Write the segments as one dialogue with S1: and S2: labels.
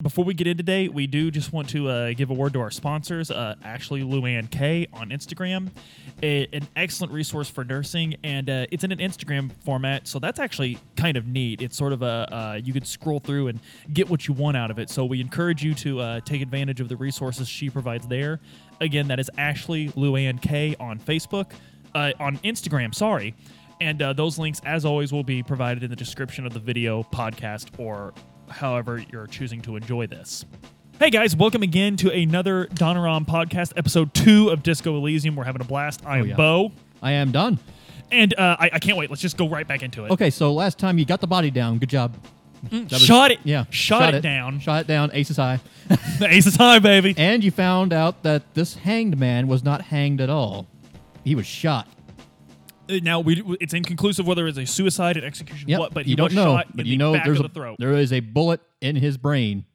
S1: Before we get in today, we do just want to uh, give a word to our sponsors, uh, Ashley Luann K on Instagram, a- an excellent resource for nursing, and uh, it's in an Instagram format, so that's actually kind of neat. It's sort of a uh, you could scroll through and get what you want out of it. So we encourage you to uh, take advantage of the resources she provides there. Again, that is Ashley Luann K on Facebook, uh, on Instagram. Sorry. And uh, those links, as always, will be provided in the description of the video, podcast, or however you're choosing to enjoy this. Hey guys, welcome again to another Donoram podcast, episode two of Disco Elysium. We're having a blast. I am
S2: Oh, yeah.
S1: Bo,
S2: I am done.
S1: and uh, I, I can't wait. Let's just go right back into it.
S2: Okay, so last time you got the body down. Good job. That was-
S1: shot it.
S2: Yeah.
S1: Shot Mm, it down.
S2: Shot it down. Ace is high.
S1: The ace is high, baby.
S2: and you found out that this hanged man was not hanged at all. He was shot.
S1: Uh, Now we it's inconclusive whether it's a suicide, an execution,
S2: Yep.
S1: what, but he
S2: you don't
S1: was
S2: know.
S1: shot in
S2: but you
S1: the
S2: know
S1: back
S2: there's
S1: of
S2: a
S1: the throat.
S2: there is a bullet in his brain.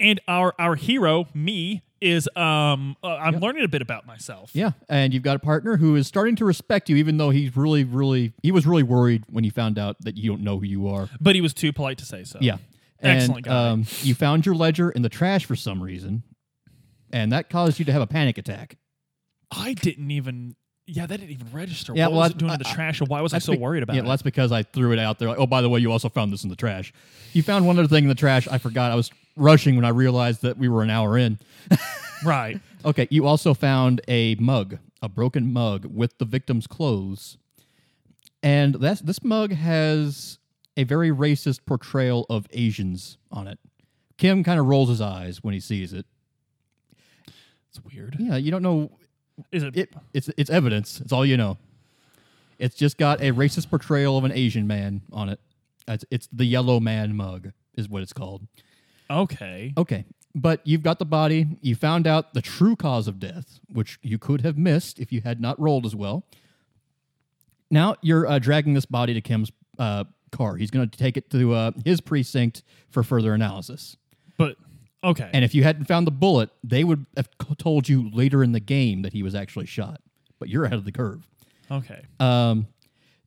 S1: And our our hero, me, is um uh, I'm learning a bit about myself.
S2: Yeah. And you've got a partner who is starting to respect you, even though he's really, really he was really worried when he found out that you don't know who you are.
S1: But he was too polite to say so.
S2: Yeah. And,
S1: Excellent guy.
S2: Um, you found your ledger in the trash for some reason, and that caused you to have a panic attack.
S1: I didn't even. Yeah, that didn't even register.
S2: Yeah,
S1: what
S2: well,
S1: was
S2: I-
S1: it doing in the
S2: I-
S1: trash, and why was I
S2: That's
S1: so
S2: be-
S1: worried about
S2: yeah,
S1: it?
S2: well, that's because I threw it out there. Like, oh, by the way, you also found this in the trash. You found one other thing in the trash. I forgot. I was rushing when I realized that we were an hour in.
S1: Right.
S2: Okay, you also found a mug, a broken mug with the victim's clothes, and that's this mug has a very racist portrayal of Asians on it. Kim kind of rolls his eyes when he sees it.
S1: It's weird.
S2: Yeah, you don't know.
S1: Is it?
S2: It, it's it's evidence. It's all you know. It's just got a racist portrayal of an Asian man on it. It's, it's the yellow man mug is what it's called.
S1: okay.
S2: Okay, but you've got the body. You found out the true cause of death, which you could have missed if you had not rolled as well. Now you're uh, dragging this body to Kim's uh, car. He's going to take it to uh, his precinct for further analysis.
S1: But okay.
S2: And if you hadn't found the bullet, they would have c- told you later in the game that he was actually shot. But you're ahead of the curve.
S1: okay.
S2: Um,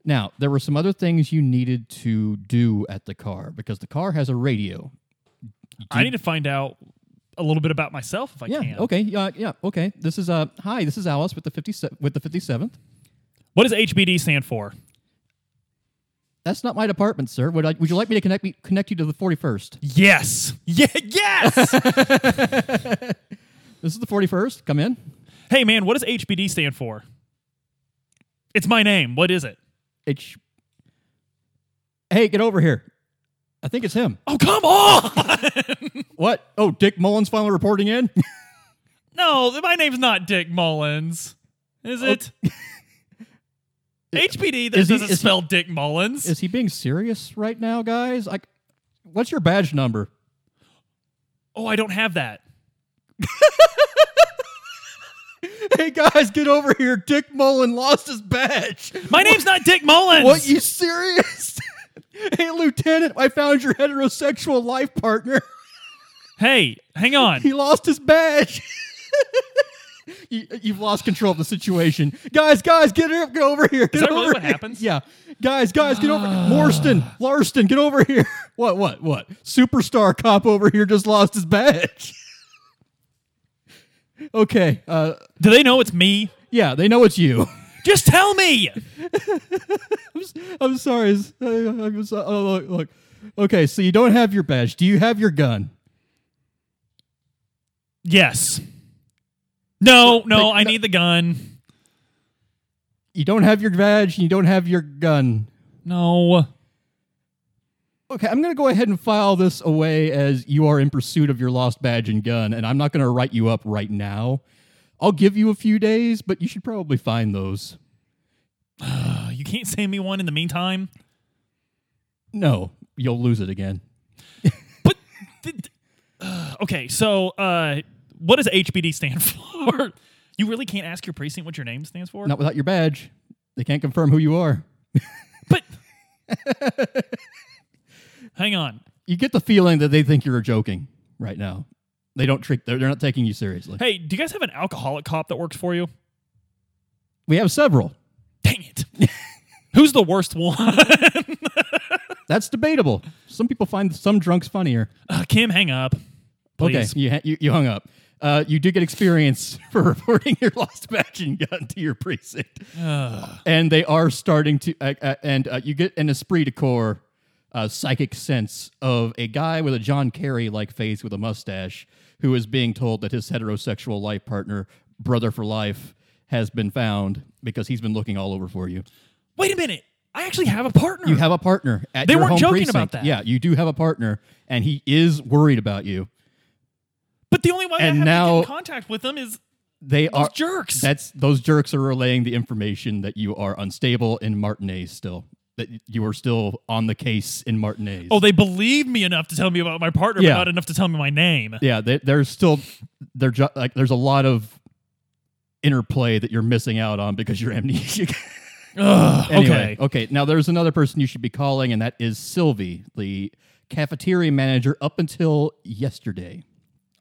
S2: now, there were some other things you needed to do at the car because the car has a radio.
S1: I need to find out a little bit about myself if I
S2: Yeah.
S1: can.
S2: Okay. Yeah. Yeah. Okay. This is uh. Hi. This is Alice with the fifty with the fifty seventh.
S1: What does HBD stand for?
S2: That's not my department, sir. Would I, Would you like me to connect me connect you to the forty first?
S1: Yes. Yeah. Yes.
S2: This is the forty first. Come in.
S1: hey man, what does HBD stand for? It's my name. What is it?
S2: H. Hey, get over here. I think it's him.
S1: Oh come on!
S2: What? Oh, Dick Mullins finally reporting in.
S1: no, th- my name's not Dick Mullins. Is it? HBD that
S2: Oh. Is he-
S1: doesn't
S2: is he-
S1: spell Dick Mullins.
S2: Is he being serious right now, guys? Like, what's your badge number?
S1: oh, I don't have that.
S2: Hey, guys, get over here. Dick Mullen lost his badge.
S1: My name's not Dick Mullins.
S2: What? You serious? hey, Lieutenant, I found your heterosexual life partner.
S1: hey, hang on.
S2: He lost his badge. you, you've lost control of the situation. Guys, guys, get, her, get over here. Get
S1: that really
S2: over
S1: what
S2: here.
S1: happens? Ah.
S2: Yeah. Guys, guys, get over Morston, Larston, get over here. What, what, what? Superstar cop over here just lost his badge. okay. Uh,
S1: Do they know it's me?
S2: yeah, they know it's you.
S1: Just tell me.
S2: I'm, s- I'm sorry. It's- I- I'm so- oh, look, look. Okay, so you don't have your badge. Do you have your gun?
S1: Yes. No, no, I need the gun.
S2: You don't have your badge and you don't have your gun.
S1: No.
S2: Okay, I'm going to go ahead and file this away as you are in pursuit of your lost badge and gun, and I'm not going to write you up right now. I'll give you a few days, but you should probably find those.
S1: Uh, You can't send me one in the meantime.
S2: No, you'll lose it again.
S1: But th- th- uh, okay, so uh, what does HBD stand for? You really can't ask your precinct what your name stands for?
S2: Not without your badge. They can't confirm who you are.
S1: But Hang on.
S2: You get the feeling that they think you're joking right now. They don't trick. They're, they're not taking you seriously.
S1: Hey, do you guys have an alcoholic cop that works for you?
S2: We have several.
S1: Dang it. Who's the worst one?
S2: That's debatable. Some people find some drunks funnier.
S1: Uh, Kim, hang up. Please.
S2: Okay, you, ha- you, you hung up. Uh, you do get experience for reporting your lost badge and gun to your precinct. And they are starting to, uh, uh, and uh, you get an esprit de corps uh, psychic sense of a guy with a John Kerry like face with a mustache who is being told that his heterosexual life partner, brother for life, has been found because he's been looking all over for you.
S1: Wait a minute. I actually have a partner.
S2: You have a partner at
S1: They
S2: your
S1: weren't
S2: home
S1: joking
S2: precinct.
S1: about that.
S2: Yeah, you do have a partner, and he is worried about you.
S1: but the only way I
S2: and
S1: have to
S2: now-
S1: get in contact with them is
S2: They are
S1: jerks.
S2: That's those jerks are relaying the information that you are unstable in Martinez still. That you are still on the case in Martinez.
S1: oh, they believe me enough to tell me about my partner,
S2: Yeah.
S1: but not enough to tell me my name.
S2: yeah. They, there's still they're ju- like there's a lot of interplay that you're missing out on because you're amnesiac.
S1: Ugh,
S2: anyway,
S1: okay.
S2: okay. Now there's another person you should be calling, and that is Sylvie, the cafeteria manager up until yesterday.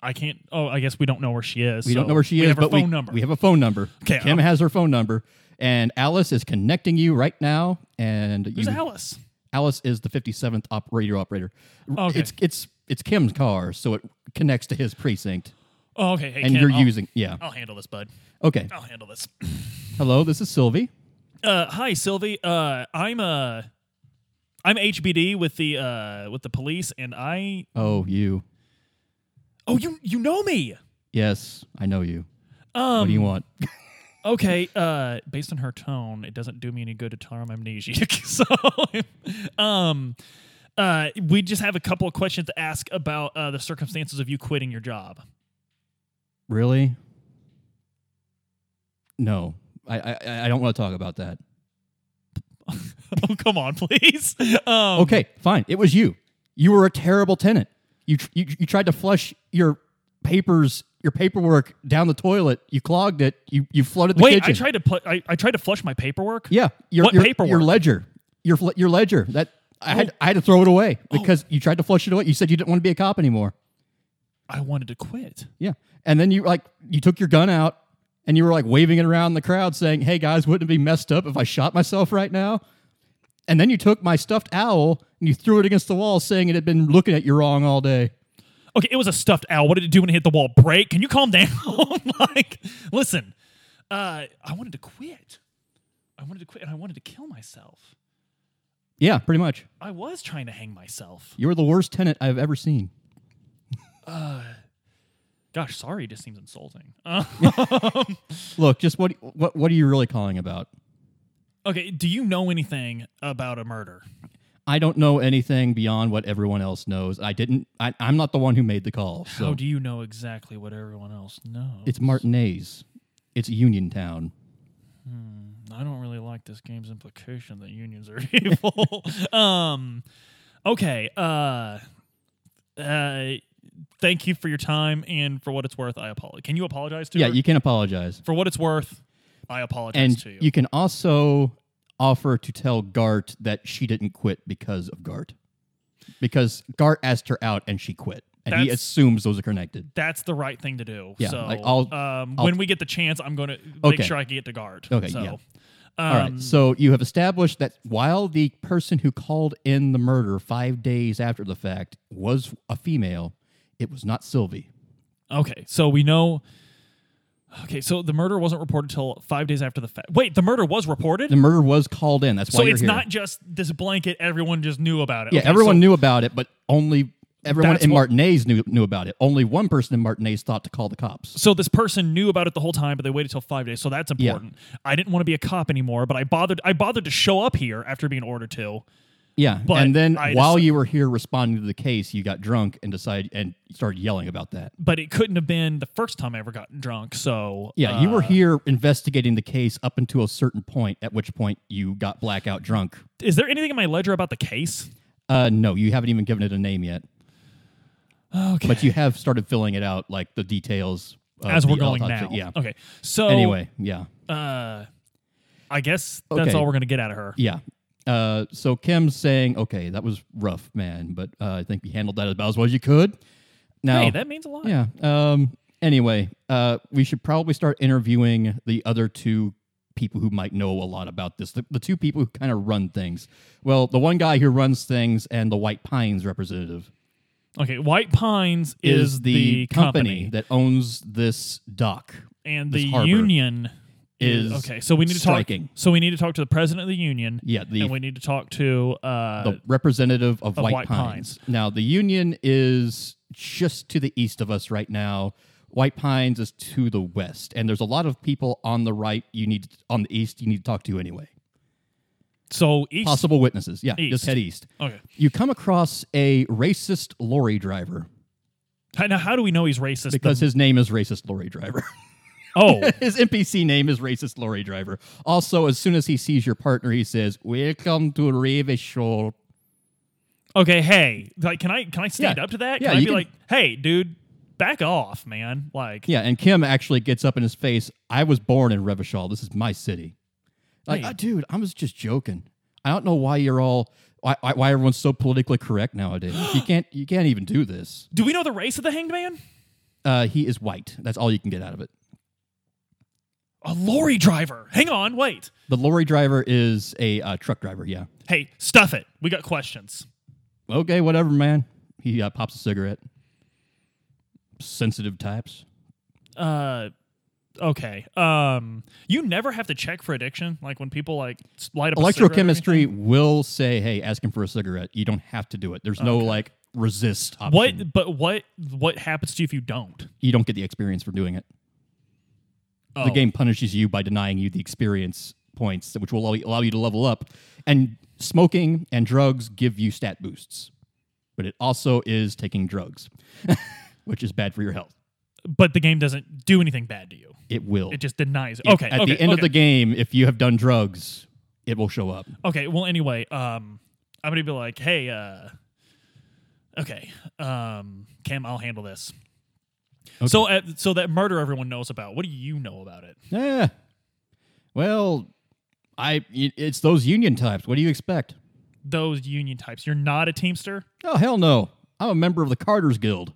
S1: I can't. Oh, I guess we don't know where she is.
S2: We don't know where she
S1: we
S2: is,
S1: Have her
S2: but
S1: phone
S2: we,
S1: number.
S2: we have a phone number.
S1: Okay,
S2: Kim
S1: I'll-
S2: has her phone number, and Alice is connecting you right now. And
S1: Who's
S2: you,
S1: Alice?
S2: Alice is the 57th op- radio operator. R-
S1: Oh, Okay.
S2: It's it's it's Kim's car, so it connects to his precinct,
S1: Oh, okay. Hey,
S2: and
S1: Kim,
S2: you're
S1: I'll-
S2: using yeah.
S1: I'll handle this, bud.
S2: Okay,
S1: I'll handle this.
S2: hello, this is Sylvie.
S1: Uh, hi, Sylvie. Uh, I'm uh, I'm HBD with the uh, with the police, and I.
S2: Oh, you.
S1: Oh, you you know me.
S2: Yes, I know you.
S1: Um,
S2: What do you want?
S1: Okay, uh, based on her tone, it doesn't do me any good to tell her I'm amnesiac. so, um, uh, we just have a couple of questions to ask about uh, the circumstances of you quitting your job.
S2: Really? No, I I, I- I don't want to talk about that.
S1: oh, come on, please. Um,
S2: Okay, fine. It was you. You were a terrible tenant. You tr- you, you tried to flush your papers, your paperwork down the toilet. You clogged it. You you flooded the
S1: Wait,
S2: kitchen.
S1: I tried to pl- I, I tried to flush my paperwork.
S2: Yeah, your
S1: What
S2: your,
S1: paperwork? Oh.
S2: your ledger, your fl- your ledger. That I had I had to throw it away because you tried to flush it away. You said you didn't want to be a cop anymore.
S1: I wanted to quit.
S2: Yeah, and then you like you took your gun out and you were like waving it around the crowd, saying, "Hey guys, wouldn't it be messed up if I shot myself right now?" And then you took my stuffed owl and you threw it against the wall, saying it had been looking at you wrong all day.
S1: Okay, it was a stuffed owl. What did it do when it hit the wall? Break? Can you calm down? like, listen, uh, I wanted to quit. I wanted to quit, and I wanted to kill myself.
S2: Yeah, pretty much.
S1: I was trying to hang myself.
S2: You were the worst tenant I've ever seen.
S1: Gosh, sorry, just seems insulting. Uh,
S2: Look, just what what what are you really calling about?
S1: okay, do you know anything about a murder?
S2: I don't know anything beyond what everyone else knows. I didn't. I, I'm not the one who made the call. So
S1: How do you know exactly what everyone else knows?
S2: It's Martinez. It's Uniontown.
S1: I don't really like this game's implication that unions are evil. um, okay. Uh, uh, thank you for your time and for what it's worth. I apologize. Can you apologize to
S2: Yeah,
S1: her?
S2: you can apologize.
S1: for what it's worth? I apologize
S2: And
S1: to you.
S2: you can also offer to tell Gart that she didn't quit because of Gart. Because Gart asked her out and she quit. And he
S1: That's-
S2: assumes those are connected.
S1: That's the right thing to do.
S2: Yeah,
S1: so
S2: like, I'll-
S1: um,
S2: I'll-
S1: when we get the chance, I'm going to make
S2: Okay.
S1: sure I can get to guard.
S2: Okay,
S1: So,
S2: yeah.
S1: Um,
S2: All right. So you have established that while the person who called in the murder five days after the fact was a female, it was not Sylvie.
S1: Okay, so we know. Okay, so the murder wasn't reported till five days after the fact. Wait, the murder was reported.
S2: The murder was called in. That's why
S1: so
S2: you're
S1: it's
S2: here.
S1: not just this blanket. Everyone just knew about it.
S2: Yeah,
S1: Okay,
S2: everyone
S1: so-
S2: knew about it, but only everyone
S1: That's
S2: in
S1: what-
S2: Martinez knew knew about it. Only one person in Martinez thought to call the cops.
S1: So this person knew about it the whole time, but they waited till five days. So that's
S2: Yeah.
S1: important. I didn't want to be a cop anymore, but I bothered. I bothered to show up here after being ordered to.
S2: Yeah,
S1: But
S2: and then
S1: I
S2: while
S1: decide-
S2: you were here responding to the case, you got drunk and decided and started yelling about that.
S1: But it couldn't have been the first time I ever got drunk. So
S2: Yeah, you were
S1: uh,
S2: here investigating the case up until a certain point, at which point you got blackout drunk.
S1: Is there anything in my ledger about the case?
S2: Uh, no, you haven't even given it a name yet,
S1: Okay.
S2: but you have started filling it out, like the details. of
S1: As we're
S2: Uh, the
S1: going
S2: autopsy.
S1: now.
S2: Yeah.
S1: Okay. So
S2: Anyway, yeah.
S1: uh, I guess that's
S2: Okay.
S1: all we're gonna get out of her.
S2: Yeah. Uh, so Kim's saying, okay, that was rough, man, but uh, I think you handled that about as well as you could. Now,
S1: Hey, that means a lot.
S2: yeah. Um, anyway, uh, we should probably start interviewing the other two people who might know a lot about this. The, the two people who kind of run things. Well, the one guy who runs things and the White Pines representative
S1: Okay, White Pines is,
S2: is the, company, that owns this dock.
S1: and
S2: this
S1: the
S2: harbor
S1: union
S2: is
S1: okay. So we need to
S2: striking.
S1: talk. So we need to talk to the president of the union.
S2: Yeah, the-
S1: and we need to talk to uh,
S2: the representative of, White,
S1: White Pines.
S2: Pines. Now, the Union is just to the east of us right now. White Pines is to the west, and there's a lot of people on the right. You need on the east. You need to talk to anyway.
S1: so east.
S2: Possible witnesses. Yeah, just
S1: East.
S2: head east.
S1: Okay,
S2: You come across a racist lorry driver
S1: How- now how do we know he's racist?
S2: because
S1: The-
S2: his name is racist lorry driver.
S1: oh,
S2: his NPC name is racist lorry driver. Also, as soon as he sees your partner, he says, "Welcome to Revishore."
S1: okay. Hey, like, can I can I stand
S2: Yeah.
S1: up to that?
S2: Yeah,
S1: can I be
S2: you can-
S1: like, hey, dude, back off, man. Like,
S2: Yeah, and Kim actually gets up in his face. I was born in Revachol. This is my city. Like,
S1: Hey.
S2: "Ah, dude, I was just joking. I don't know why you're all why, why- why everyone's so politically correct nowadays. you can't you can't even do this.
S1: do we know the race of the hangman?
S2: Uh, he is white. That's all you can get out of it.
S1: A lorry driver. Hang on, wait.
S2: The lorry driver is a uh, truck driver. Yeah.
S1: Hey, stuff it. We got questions.
S2: Okay, whatever, man. He uh, pops a cigarette. Sensitive types.
S1: Uh, okay. Um, you never have to check for addiction. Like when people like s- light up a cigarette or anything.
S2: Electrochemistry will say, "Hey, ask him for a cigarette." You don't have to do it. There's no like resist option.
S1: What? But what? What happens to you if you don't?
S2: you don't get the experience for doing it. The
S1: Oh.
S2: game punishes you by denying you the experience points, which will allow you, allow you to level up. And smoking and drugs give you stat boosts, but it also is taking drugs, which is bad for your health.
S1: But the game doesn't do anything bad to you.
S2: It will.
S1: It just denies. It.
S2: If-
S1: Okay.
S2: At
S1: okay,
S2: the end
S1: okay.
S2: of the game, if you have done drugs, it will show up.
S1: Okay. Well, anyway, um, I'm gonna be like, hey, uh, okay, um, Cam, I'll handle this. So, uh, so that murder everyone knows about. What do you know about it?
S2: Yeah. Well, I y- it's those union types. What do you expect?
S1: Those union types. You're not a teamster.
S2: Oh hell no! I'm a member of the Carter's Guild.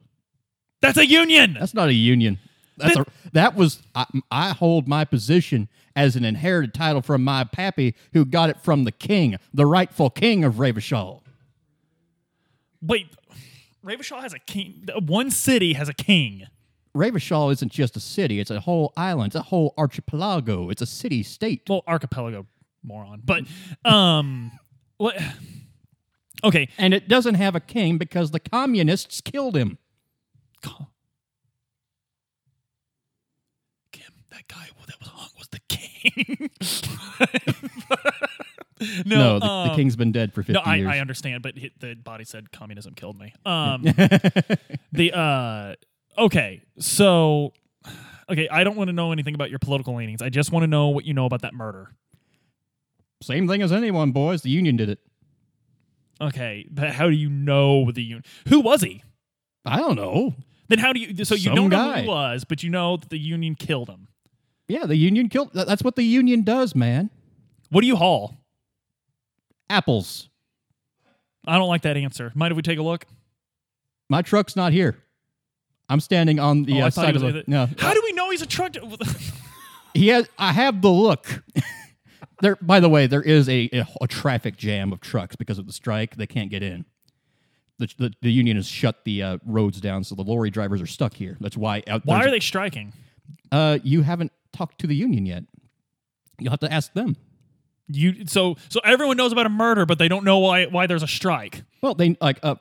S1: That's a union.
S2: That's not a union. That's a, that was I, I hold my position as an inherited title from my pappy, who got it from the king, the rightful king of Ravishaw.
S1: Wait, Ravishaw has a king. One city has a king.
S2: Ravishaw isn't just a city; it's a whole island, it's a whole archipelago, it's a city-state.
S1: Well, archipelago, moron. But um, what? Okay,
S2: And it doesn't have a king because the communists killed him.
S1: Ca- Kim, that guy that was hung was the king. no,
S2: No, the, the
S1: um,
S2: king's been dead for fifty
S1: No, I,
S2: years.
S1: I understand, but hit, the body said communism killed me. Um, the uh, okay, so okay, I don't want to know anything about your political leanings. I just want to know what you know about that murder.
S2: Same thing as anyone, boys. The union did it.
S1: Okay, but how do you know the union? Who was he?
S2: I don't know.
S1: Then how do you? So you
S2: Some
S1: don't know
S2: guy.
S1: who he was, but you know that the union killed him.
S2: Yeah, the union killed. tha- That's what the union does, man.
S1: What do you haul?
S2: Apples.
S1: I don't like that answer. Mind if we take a look?
S2: My truck's not here. I'm standing on the
S1: Oh, I
S2: uh,
S1: thought he
S2: side of
S1: was-
S2: the. No,
S1: How do we know he's a truck? dri-
S2: he has. I have the look. there. By the way, there is a, a, a traffic jam of trucks because of the strike. They can't get in. The, the, the union has shut the uh, roads down, so the lorry drivers are stuck here. That's why. Out
S1: Why are they striking?
S2: Uh, you haven't talked to the union yet. You'll have to ask them.
S1: You so so everyone knows about a murder, but they don't know why why there's a strike.
S2: Well, they like uh,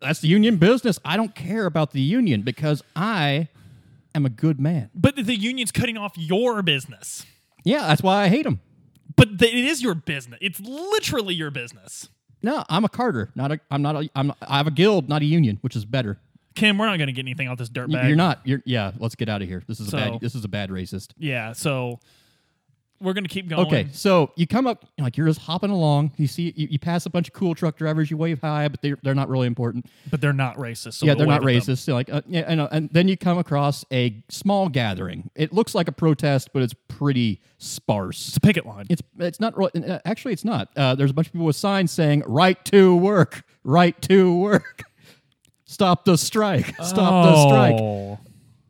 S2: that's the union business. I don't care about the union because I am a good man.
S1: But the union's cutting off your business.
S2: Yeah, that's why I hate them.
S1: But the, it is your business. It's literally your business.
S2: No, I'm a Carter. Not a. I'm not a. I'm. I have a guild, not a union, which is better.
S1: Kim, we're not going to get anything out this dirt
S2: Y-
S1: bag.
S2: You're not. You're. Yeah. Let's get out of here. This is a
S1: So-
S2: bad. This is a bad racist.
S1: Yeah. So we're going to keep going.
S2: Okay, so you come up like you're just hopping along. You see, you, you pass a bunch of cool truck drivers. You wave hi, but they're they're not really important.
S1: But they're not racist. So
S2: yeah,
S1: we'll
S2: they're not
S1: wave at them.
S2: racist. They're like, uh, yeah, and, uh, and then you come across a small gathering. It looks like a protest, but it's pretty sparse.
S1: It's a picket line.
S2: It's it's not really. uh, Actually, it's not. Uh, there's a bunch of people with signs saying "Right to work,
S1: Oh.
S2: right to work, stop the strike, stop the strike."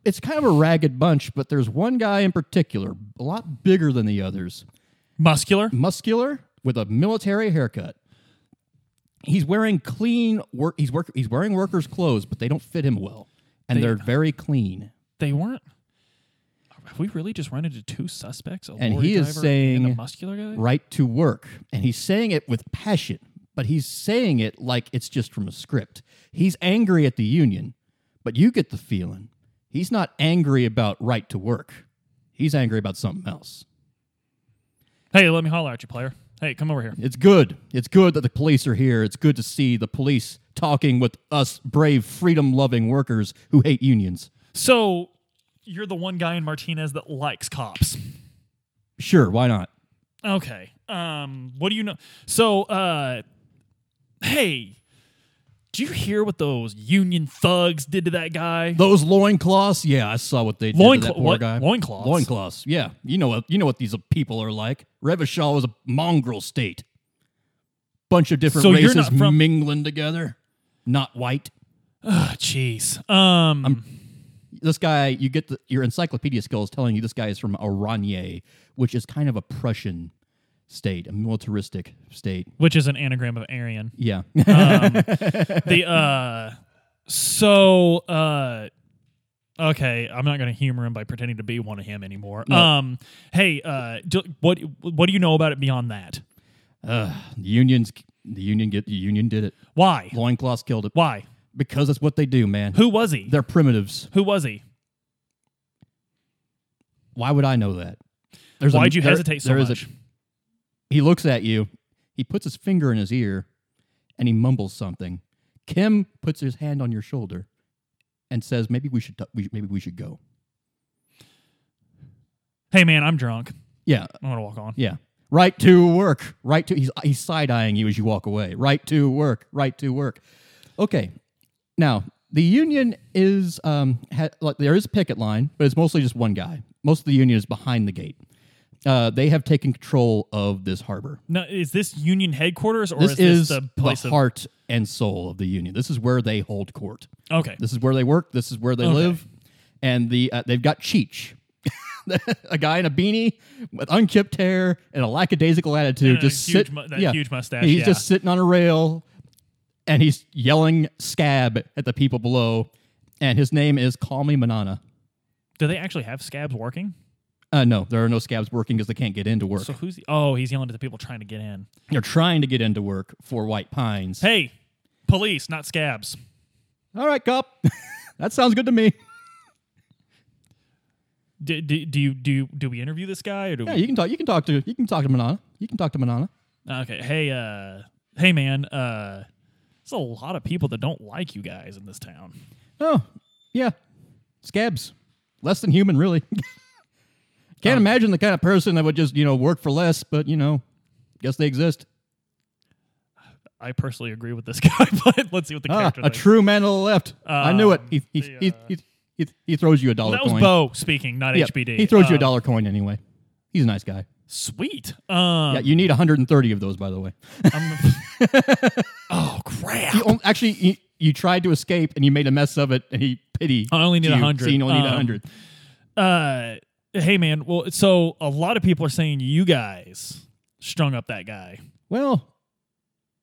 S2: it's kind of a ragged bunch, but there's one guy in particular, a lot bigger than the others,
S1: Muscular.
S2: muscular with a military haircut. He's wearing clean work. He's work. He's wearing workers' clothes, but they don't fit him well, and they, are very clean.
S1: They weren't. Have we really just run into two suspects? A
S2: And
S1: lorry
S2: he is
S1: driver and a
S2: saying-
S1: muscular guy.
S2: Right to work, and he's saying it with passion, but he's saying it like it's just from a script. He's angry at the union, but you get the feeling he's not angry about right to work. He's angry about something else.
S1: Hey, let me holler at you, player. Hey, come over here.
S2: It's good. It's good that the police are here. It's good to see the police talking with us brave, freedom loving workers who hate unions.
S1: So you're the one guy in Martinez that likes cops.
S2: Sure, why not?
S1: Okay. Um, what do you know? So, uh, hey, do you hear what those union thugs did to that guy?
S2: Those loincloths, yeah, I saw what they did
S1: Loin
S2: to that
S1: clo-
S2: poor
S1: what?
S2: guy.
S1: Loincloths?
S2: Loincloths, yeah. You know what you know what these people are like. Revachol was a mongrel state. Bunch of different
S1: So you're
S2: races
S1: not from-
S2: mingling together. Not white.
S1: Ah, Jeez. um,
S2: This guy, you get the, your encyclopedia skill is telling you this guy is from Oranje, which is kind of a Prussian state, a militaristic state.
S1: which is an anagram of Aryan.
S2: Yeah.
S1: Uh, the uh, so uh, okay, I'm not gonna humor him by pretending to be one of him anymore. Um, hey, uh, do, what what do you know about it beyond that?
S2: The unions the union get the union did it.
S1: Why?
S2: Loincloths killed it.
S1: Why?
S2: Because that's what they do, man.
S1: Who was he?
S2: They're primitives.
S1: Who was he?
S2: Why would I know that? There's a-
S1: Why'd you
S2: there-
S1: hesitate so
S2: there is a-
S1: much?
S2: he looks at you, he puts his finger in his ear, and he mumbles something. Kim puts his hand on your shoulder and says, "Maybe we should t- we, maybe we should go."
S1: hey, man, I'm drunk.
S2: Yeah,
S1: I'm gonna walk on.
S2: yeah. Right to work. Right to he's he's side eyeing you as you walk away. Right to work. Right to work. Okay. Now the union is um ha, like there is a picket line, but it's mostly just one guy. Most of the union is behind the gate. Uh, they have taken control of this harbor.
S1: No, is this union headquarters or
S2: This
S1: is
S2: is
S1: this the
S2: the,
S1: place of?
S2: heart and soul of the union. This is where they hold court.
S1: Okay,
S2: This is where they work. This is where they live. And the uh, they've got Cheech, a guy in a beanie with unkempt hair and a lackadaisical attitude,
S1: And a
S2: just
S1: huge
S2: sit,
S1: mu- that huge mustache,
S2: He's
S1: yeah.
S2: just sitting on a rail, and he's yelling "scab" at the people below. And his name is Call Me Manana.
S1: do they actually have scabs working?
S2: Uh, no, there are no scabs working because they can't get into work.
S1: So who's? The, oh, he's yelling to the people trying to get in.
S2: They're trying to get into work for White Pines.
S1: Hey, police, not scabs.
S2: All right, cop. that sounds good to me.
S1: Do, do, do you do you, do we interview this guy or do
S2: Yeah,
S1: we?
S2: you can talk. You can talk to. You can talk to Manana. You can talk to Manana.
S1: Ah, Okay, hey, uh, hey, man, uh, there's a lot of people that don't like you guys in this town.
S2: Oh, yeah, scabs, less than human, really.
S1: Oh.
S2: Can't imagine the kind of person that would just you know work for less, but you know, guess they exist.
S1: I personally agree with this guy, but let's see what the
S2: Ah,
S1: character.
S2: a
S1: thinks.
S2: true man on the left. I knew it.
S1: Um,
S2: He he,
S1: the,
S2: he,
S1: uh,
S2: he, he, he throws you a dollar.
S1: that was
S2: coin.
S1: Bo speaking, not
S2: Yeah,
S1: HBD.
S2: He throws you a
S1: Um,
S2: dollar coin anyway. He's a nice guy.
S1: Sweet. Um,
S2: Yeah, you need 130 of those, by the way.
S1: I'm- oh crap!
S2: You on- Actually, you, you tried to escape and you made a mess of it, and he pity.
S1: I only need
S2: you,
S1: 100.
S2: So you only need
S1: Um,
S2: 100.
S1: uh hey man well so a lot of people are saying you guys strung up that guy
S2: Well,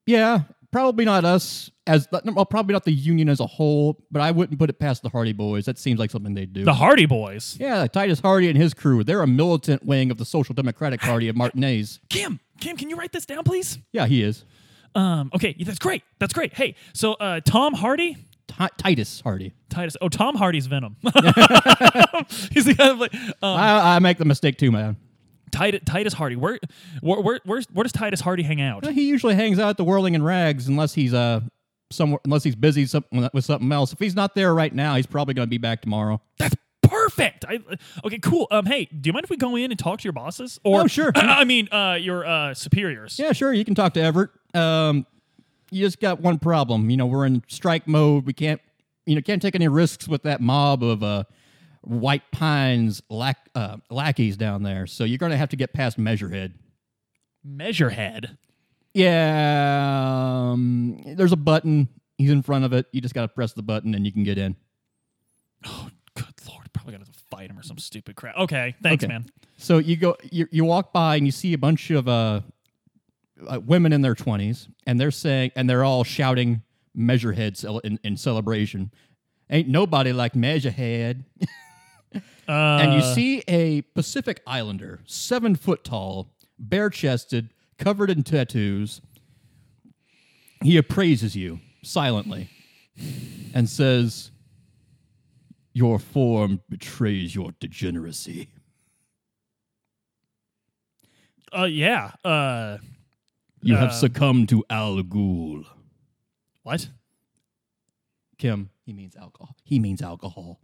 S2: yeah, probably not us as well, probably not the union as a whole, but I wouldn't put it past the Hardy Boys. That seems like something they'd do.
S1: the hardy boys
S2: yeah, Titus Hardy and his crew. They're a militant wing of the Social Democratic Party of Martinez.
S1: kim kim can you write this down please
S2: Yeah, he is.
S1: um okay yeah, that's great that's great hey so uh tom hardy
S2: Ti- Titus Hardy.
S1: titus oh tom hardy's venom he's the kind of like um,
S2: I, I make the mistake too, man.
S1: titus, titus hardy where where, where where's, where does titus hardy hang out
S2: He usually hangs out at the Whirling and Rags unless he's uh somewhere unless he's busy some, with something else. If he's not there right now, he's probably going to be back tomorrow.
S1: that's perfect I, okay cool um hey do you mind if we go in and talk to your bosses or
S2: Oh, sure.
S1: i mean uh your uh superiors
S2: Yeah, sure. You can talk to Everett. Um, you just got one problem. You know, we're in strike mode. We can't, you know, can't take any risks with that mob of uh, White Pines lack, uh, lackeys down there. So you're going to have to get past Measurehead.
S1: measurehead
S2: Yeah, um, there's a button. He's in front of it. You just got to press the button and you can get in.
S1: Good lord, bro. we gotta fight him or some stupid crap. Okay, thanks,
S2: Okay.
S1: man.
S2: So you go, you, you walk by and you see a bunch of uh, uh, women in their twenties, and they're saying, and they're all shouting "Measurehead" cel- in, in celebration. Ain't nobody like Measurehead.
S1: Uh,
S2: and you see a Pacific Islander, seven foot tall, bare chested, covered in tattoos. He appraises you silently and says, Your form betrays your degeneracy.
S1: uh, yeah. Uh,
S2: You
S1: Uh,
S2: have succumbed to Al Ghul.
S1: what?
S2: Kim, he means alcohol. He means alcohol.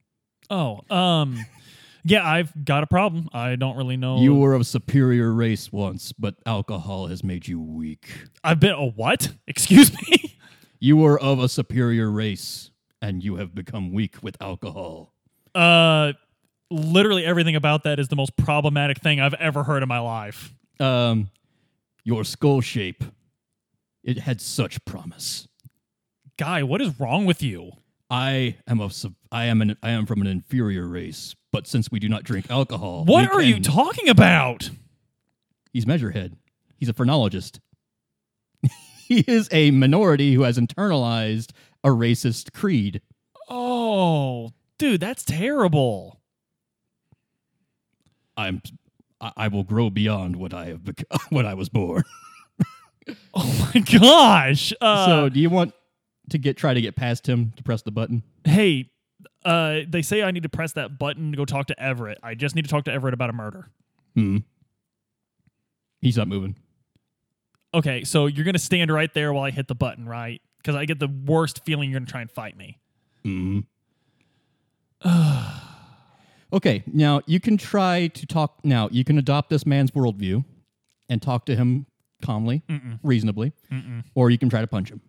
S1: Oh, um, yeah. I've got a problem. I don't really know.
S2: You were of superior race once, but alcohol has made you weak.
S1: I've been a what? Excuse me.
S2: You were of a superior race, and you have become weak with alcohol.
S1: Uh, literally everything about that is the most problematic thing I've ever heard in my life.
S2: Um, your skull shape, it had such promise.
S1: Guy, what is wrong with you?
S2: I am of sub- I am an I am from an inferior race, but since we do not drink alcohol,
S1: What
S2: we
S1: are you
S2: can-
S1: talking about?
S2: He's measurehead. He's a phrenologist. he is a minority who has internalized a racist creed.
S1: Oh, dude, that's terrible.
S2: I'm I, I will grow beyond what I have become, what I was born.
S1: Oh my gosh. Uh,
S2: so, do you want to get try to get past him to press the button?
S1: hey, uh, they say I need to press that button to go talk to Everett. I just need to talk to Everett about a murder.
S2: Hmm. He's not moving.
S1: Okay, so you're gonna stand right there while I hit the button, right? Because I get the worst feeling you're gonna try and fight me.
S2: Mm. okay, now you can try to talk. Now you can adopt this man's worldview and talk to him calmly, reasonably, or you can try to punch him.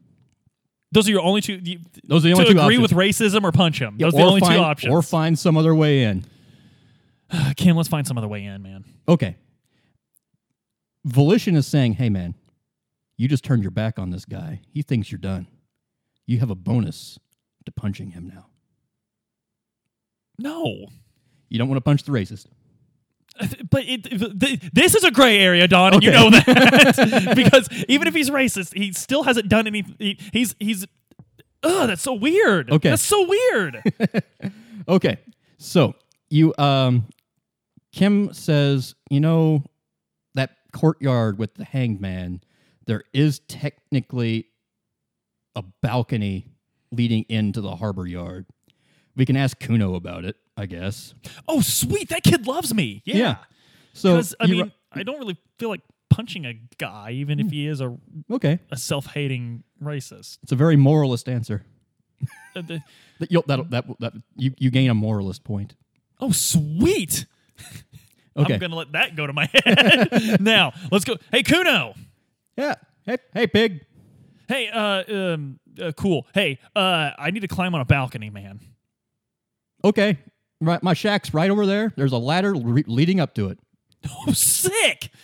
S1: Those are your only two. You,
S2: Those are the
S1: to
S2: only
S1: agree
S2: two options.
S1: with racism or punch him. Those are
S2: or
S1: the only
S2: find,
S1: two options. Uh,
S2: Or find some other way in.
S1: Kim, let's find some other way in, man.
S2: Okay. Volition is saying, hey, man, you just turned your back on this guy. He thinks you're done. You have a bonus to punching him now.
S1: No, Uh,
S2: You don't want to punch the racist.
S1: but it, th- this is a gray area, Don, and you
S2: Okay.
S1: know that because even if he's racist, he still hasn't done anything. He, he's he's. Ugh, that's so weird.
S2: Okay.
S1: that's so weird.
S2: Okay. So you um Kim says, you know, that courtyard with the hanged man, there is technically a balcony leading into the harbor yard. We can ask Kuno about it, I guess.
S1: oh, sweet, that kid loves me. Yeah,
S2: So
S1: I
S2: you-
S1: mean, I don't really feel like punching a guy, even
S2: Hmm.
S1: if he is a
S2: okay.
S1: a self-hating racist.
S2: It's a very moralist answer.
S1: Uh, the-
S2: That you'll, that'll, that, that, you, you gain a moralist point.
S1: oh, sweet.
S2: Okay.
S1: I'm gonna let that go to my head. now let's go. Hey, Kuno.
S2: yeah. Hey, hey, pig.
S1: Hey, uh, um, uh, cool. Hey, uh, I need to climb on a balcony, man.
S2: Okay. Right, my shack's right over there. There's a ladder re- leading up to it.
S1: Oh, sick.
S2: Uh,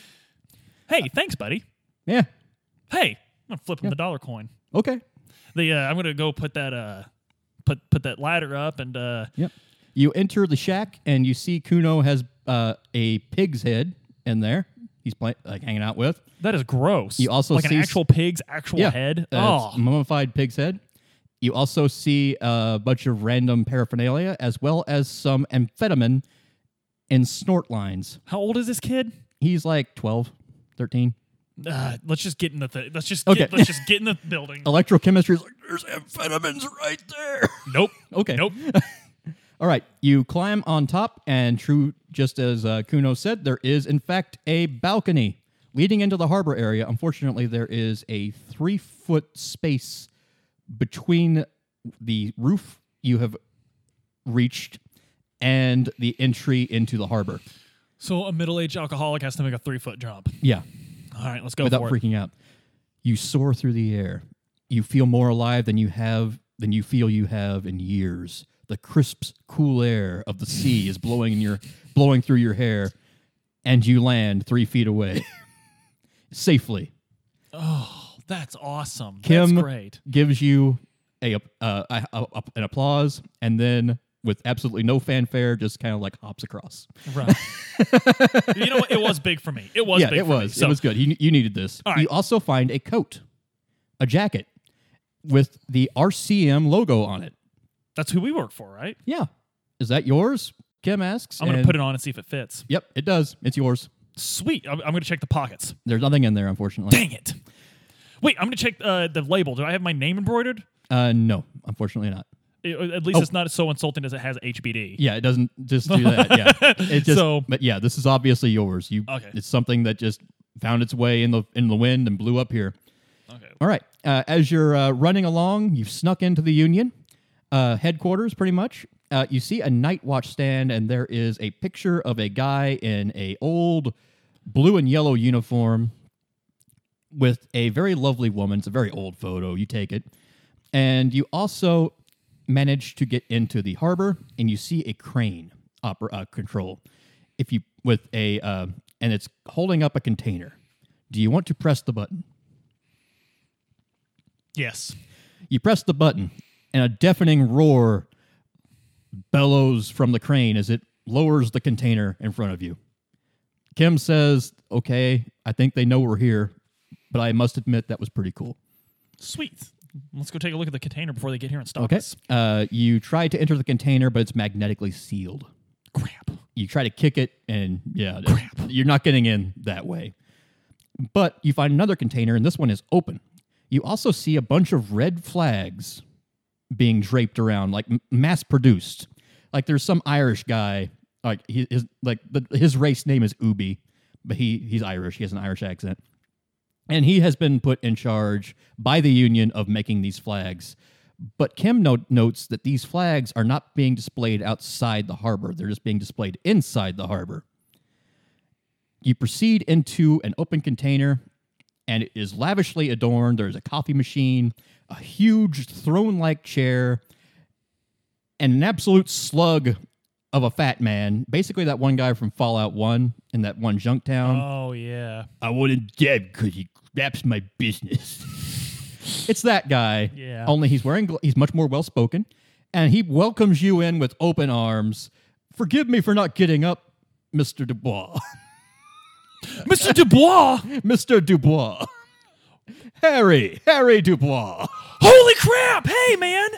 S1: Hey, thanks, buddy.
S2: Yeah.
S1: Hey, I'm gonna flip him the dollar coin.
S2: Okay.
S1: The uh, I'm gonna go put that uh, put put that ladder up and uh,
S2: Yep. You enter the shack and you see Kuno has uh, a pig's head in there. He's play- like hanging out with.
S1: that is gross.
S2: You also
S1: like
S2: see
S1: an
S2: s-
S1: actual pig's actual head.
S2: Uh, it's
S1: oh,
S2: mummified pig's head. You also see a bunch of random paraphernalia as well as some amphetamine and snort lines.
S1: how old is this kid?
S2: He's like 12, 13.
S1: Uh, let's just get in the th- let's just
S2: Okay. Oh.
S1: get, let's just get in the building.
S2: Electrochemistry is like, there's amphetamines right there.
S1: nope.
S2: Okay.
S1: Nope.
S2: All right, you climb on top, and true, just as uh, Kuno said, there is in fact a balcony leading into the harbor area. Unfortunately, there is a three foot space between the roof you have reached and the entry into the harbor.
S1: So a middle-aged alcoholic has to make a three-foot jump.
S2: Yeah,
S1: All right, let's go
S2: without
S1: for it.
S2: freaking out. You soar through the air. You feel more alive than you have than you feel you have in years. The crisp, cool air of the sea is blowing in your blowing through your hair, and you land three feet away safely.
S1: That's awesome.
S2: Kim
S1: That's great.
S2: gives you a, uh, a, a- a- an applause and then with absolutely no fanfare, just kind of like hops across.
S1: Right. you know what? It was big for me. It was
S2: yeah,
S1: big
S2: it
S1: for
S2: was.
S1: me. So
S2: It was good. You, you needed this.
S1: All right.
S2: You also find a coat, a jacket with the RCM logo on it.
S1: that's who we work for, right?
S2: Yeah. Is that yours? Kim asks.
S1: I'm going to put it on and see if it fits.
S2: Yep, it does. It's yours.
S1: Sweet. I'm, I'm going to check the pockets.
S2: There's nothing in there, unfortunately.
S1: Dang it. Wait, I'm going to check uh, the label. Do I have my name embroidered?
S2: Uh, no, unfortunately not.
S1: It- uh, at
S2: Oh.
S1: least it's not so insulting as it has HBD.
S2: Yeah, it doesn't just do that. Yeah, it just.
S1: So-
S2: but yeah, this is obviously yours. You.
S1: Okay.
S2: It's something that just found its way in the in the wind and blew up here.
S1: Okay.
S2: All right. Uh, as you're uh, running along, you've snuck into the Union uh, headquarters, pretty much. Uh, you see a night watch stand, and there is a picture of a guy in a old blue and yellow uniform with a very lovely woman. It's a very old photo. You take it, and you also manage to get into the harbor, and you see a crane opera uh, control. If you with a uh, and it's holding up a container. Do you want to press the button?
S1: Yes.
S2: You press the button, and a deafening roar bellows from the crane as it lowers the container in front of you. Kim says, Okay, I think they know we're here, but I must admit that was pretty cool.
S1: Sweet. Let's go take a look at the container before they get here and stop
S2: Okay.
S1: us.
S2: Uh, you try to enter the container, but it's magnetically sealed.
S1: Crap.
S2: You try to kick it, and yeah, you're not getting in that way. But you find another container, and this one is open. You also see a bunch of red flags being draped around, like mass produced. Like there's some Irish guy, like he, his like the, his race name is Ubi, but he he's Irish. He has an Irish accent, and he has been put in charge by the union of making these flags. But Kim no- notes that these flags are not being displayed outside the harbor; they're just being displayed inside the harbor. You proceed into an open container, and it is lavishly adorned. There's a coffee machine, a huge throne like chair, and an absolute slug of a fat man. Basically, that one guy from Fallout 1 and that one Junktown.
S1: Oh, yeah.
S2: I wanted Deb because he craps my business. it's that guy.
S1: Yeah.
S2: Only he's wearing. Gl- he's much more well spoken, and he welcomes you in with open arms. Forgive me for not getting up, Mister Dubois.
S1: Mr. Dubois!
S2: Mister Dubois. Harry. Harry Dubois.
S1: Holy crap! Hey, man!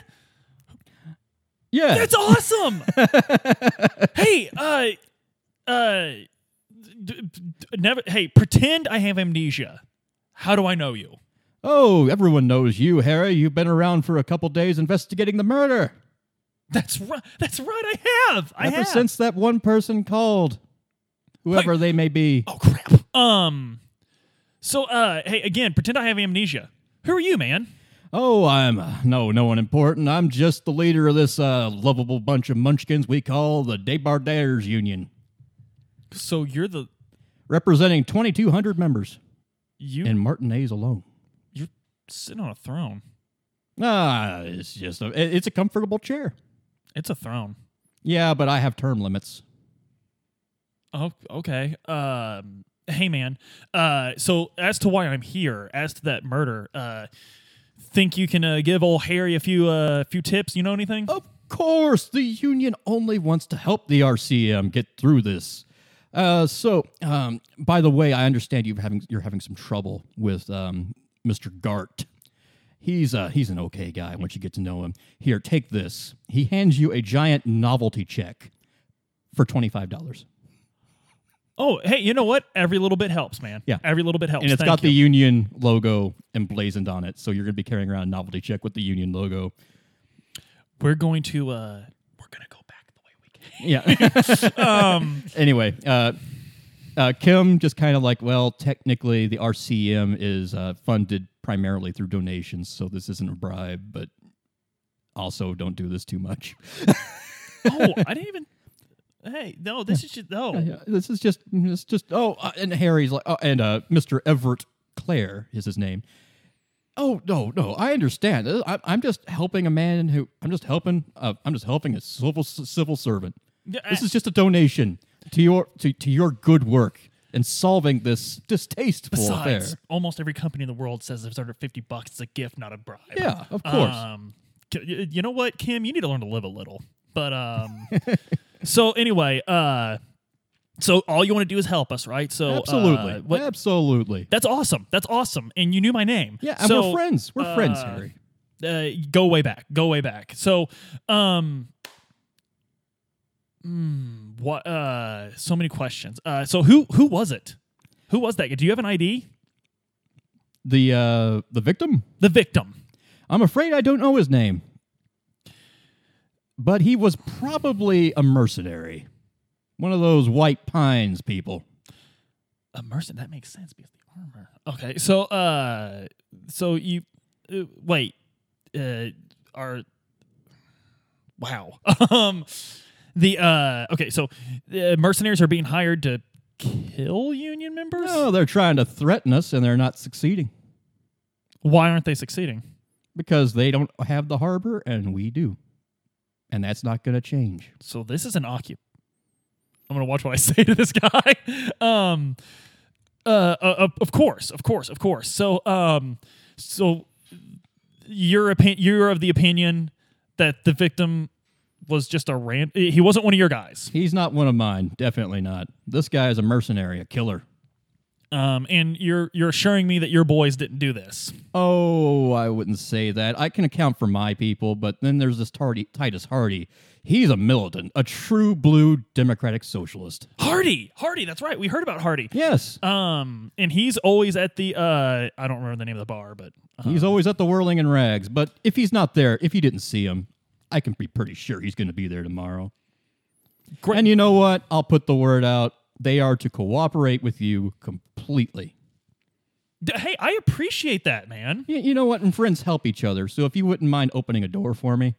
S2: Yeah.
S1: That's awesome! hey, uh, uh, d- d- never, hey, pretend I have amnesia. How do I know you?
S2: oh, everyone knows you, Harry. You've been around for a couple days investigating the murder.
S1: That's right. That's right. I have. I
S2: Ever
S1: have.
S2: since that one person called, whoever they may be.
S1: oh crap. Um. So, uh, hey, again, pretend I have amnesia. Who are you, man?
S2: Oh, I'm uh, no, no one important. I'm just the leader of this uh, lovable bunch of munchkins we call the Debardaires Union,
S1: So you're the
S2: representing 2,200 members
S1: you.
S2: in Martinez alone.
S1: you're sitting on a throne.
S2: Ah, it's just a, it- it's a comfortable chair.
S1: It's a throne.
S2: Yeah, but I have term limits.
S1: Oh, okay. Um, hey, man. Uh, so as to why I'm here, as to that murder, uh, think you can uh, give old Harry a few uh few tips? You know anything?
S2: Of course, the union only wants to help the RCM get through this. Uh, so, um, by the way, I understand you having you're having some trouble with um, Mr. Gart. He's uh, he's an okay guy once you get to know him. Here, take this. He hands you a giant novelty check for twenty five dollars,
S1: Oh, hey, you know what? Every little bit helps, man.
S2: Yeah.
S1: Every little bit helps.
S2: and it's
S1: Thank
S2: got the
S1: you.
S2: union logo emblazoned on it. So you're gonna be carrying around a novelty check with the union logo.
S1: We're going to uh, we're gonna go back the way we came.
S2: Yeah.
S1: um,
S2: anyway, uh, uh, Kim just kind of like, well, technically the RCM is uh, funded primarily through donations, so this isn't a bribe, but also don't do this too much.
S1: oh, I didn't even. Hey, no, this is just no.
S2: Yeah, this is just, it's just, oh, uh, and Harry's like, oh, and uh, Mr. Everett Clare is his name. Oh no, no, I understand. Uh, I, I'm just helping a man who I'm just helping. Uh, I'm just helping a civil civil servant.
S1: Yeah,
S2: This is just a donation to your to, to your good work in solving this distasteful
S1: Besides,
S2: affair.
S1: almost every company in the world says if it's under fifty bucks, it's a gift, not a bribe.
S2: Yeah, of course.
S1: Um, c- y- you know what, Kim? You need to learn to live a little. But um, so anyway, uh, so all you want to do is help us, right? So uh,
S2: Absolutely.
S1: what-
S2: Absolutely.
S1: that's awesome. That's awesome. And you knew my name.
S2: Yeah, and
S1: So,
S2: we're friends. We're friends,
S1: uh,
S2: Harry.
S1: uh, go way back, go way back. So, um, mm, what? Uh, so many questions. Uh, so who who was it? Who was that? Do you have an ID?
S2: The uh, the victim.
S1: The victim.
S2: I'm afraid I don't know his name. But he was probably a mercenary. One of those white pines people.
S1: A mercenary. That makes sense because the armor. Okay. So, uh, so you uh, wait. Uh, are wow. um, the uh, okay. So, uh, mercenaries are being hired to kill union members.
S2: No, Oh, they're trying to threaten us and they're not succeeding
S1: Why aren't they succeeding?
S2: because they don't have the harbor and we do. And that's not going to change.
S1: so this is an occup. I'm gonna watch what I say to this guy. um, uh, uh, of- of course, of course, of course. So, um, so you're opin- you're of the opinion that the victim was just a ran. He wasn't one of your guys.
S2: He's not one of mine. Definitely not. This guy is a mercenary, a killer.
S1: Um, and you're you're assuring me that your boys didn't do this.
S2: Oh, I wouldn't say that. I can account for my people, but then there's this tardy, Titus Hardy. He's a militant, a true blue democratic socialist.
S1: Hardy, Hardy, that's right. We heard about Hardy.
S2: Yes,
S1: Um, and he's always at the uh, I don't remember the name of the bar, but uh,
S2: he's always at the whirling and rags, but if he's not there, if you didn't see him, I can be pretty sure he's going to be there tomorrow.
S1: Great.
S2: And you know what? I'll put the word out. They are to cooperate with you completely.
S1: d- hey, I appreciate that, man.
S2: Y- You know what? And friends help each other. So if you wouldn't mind opening a door for me.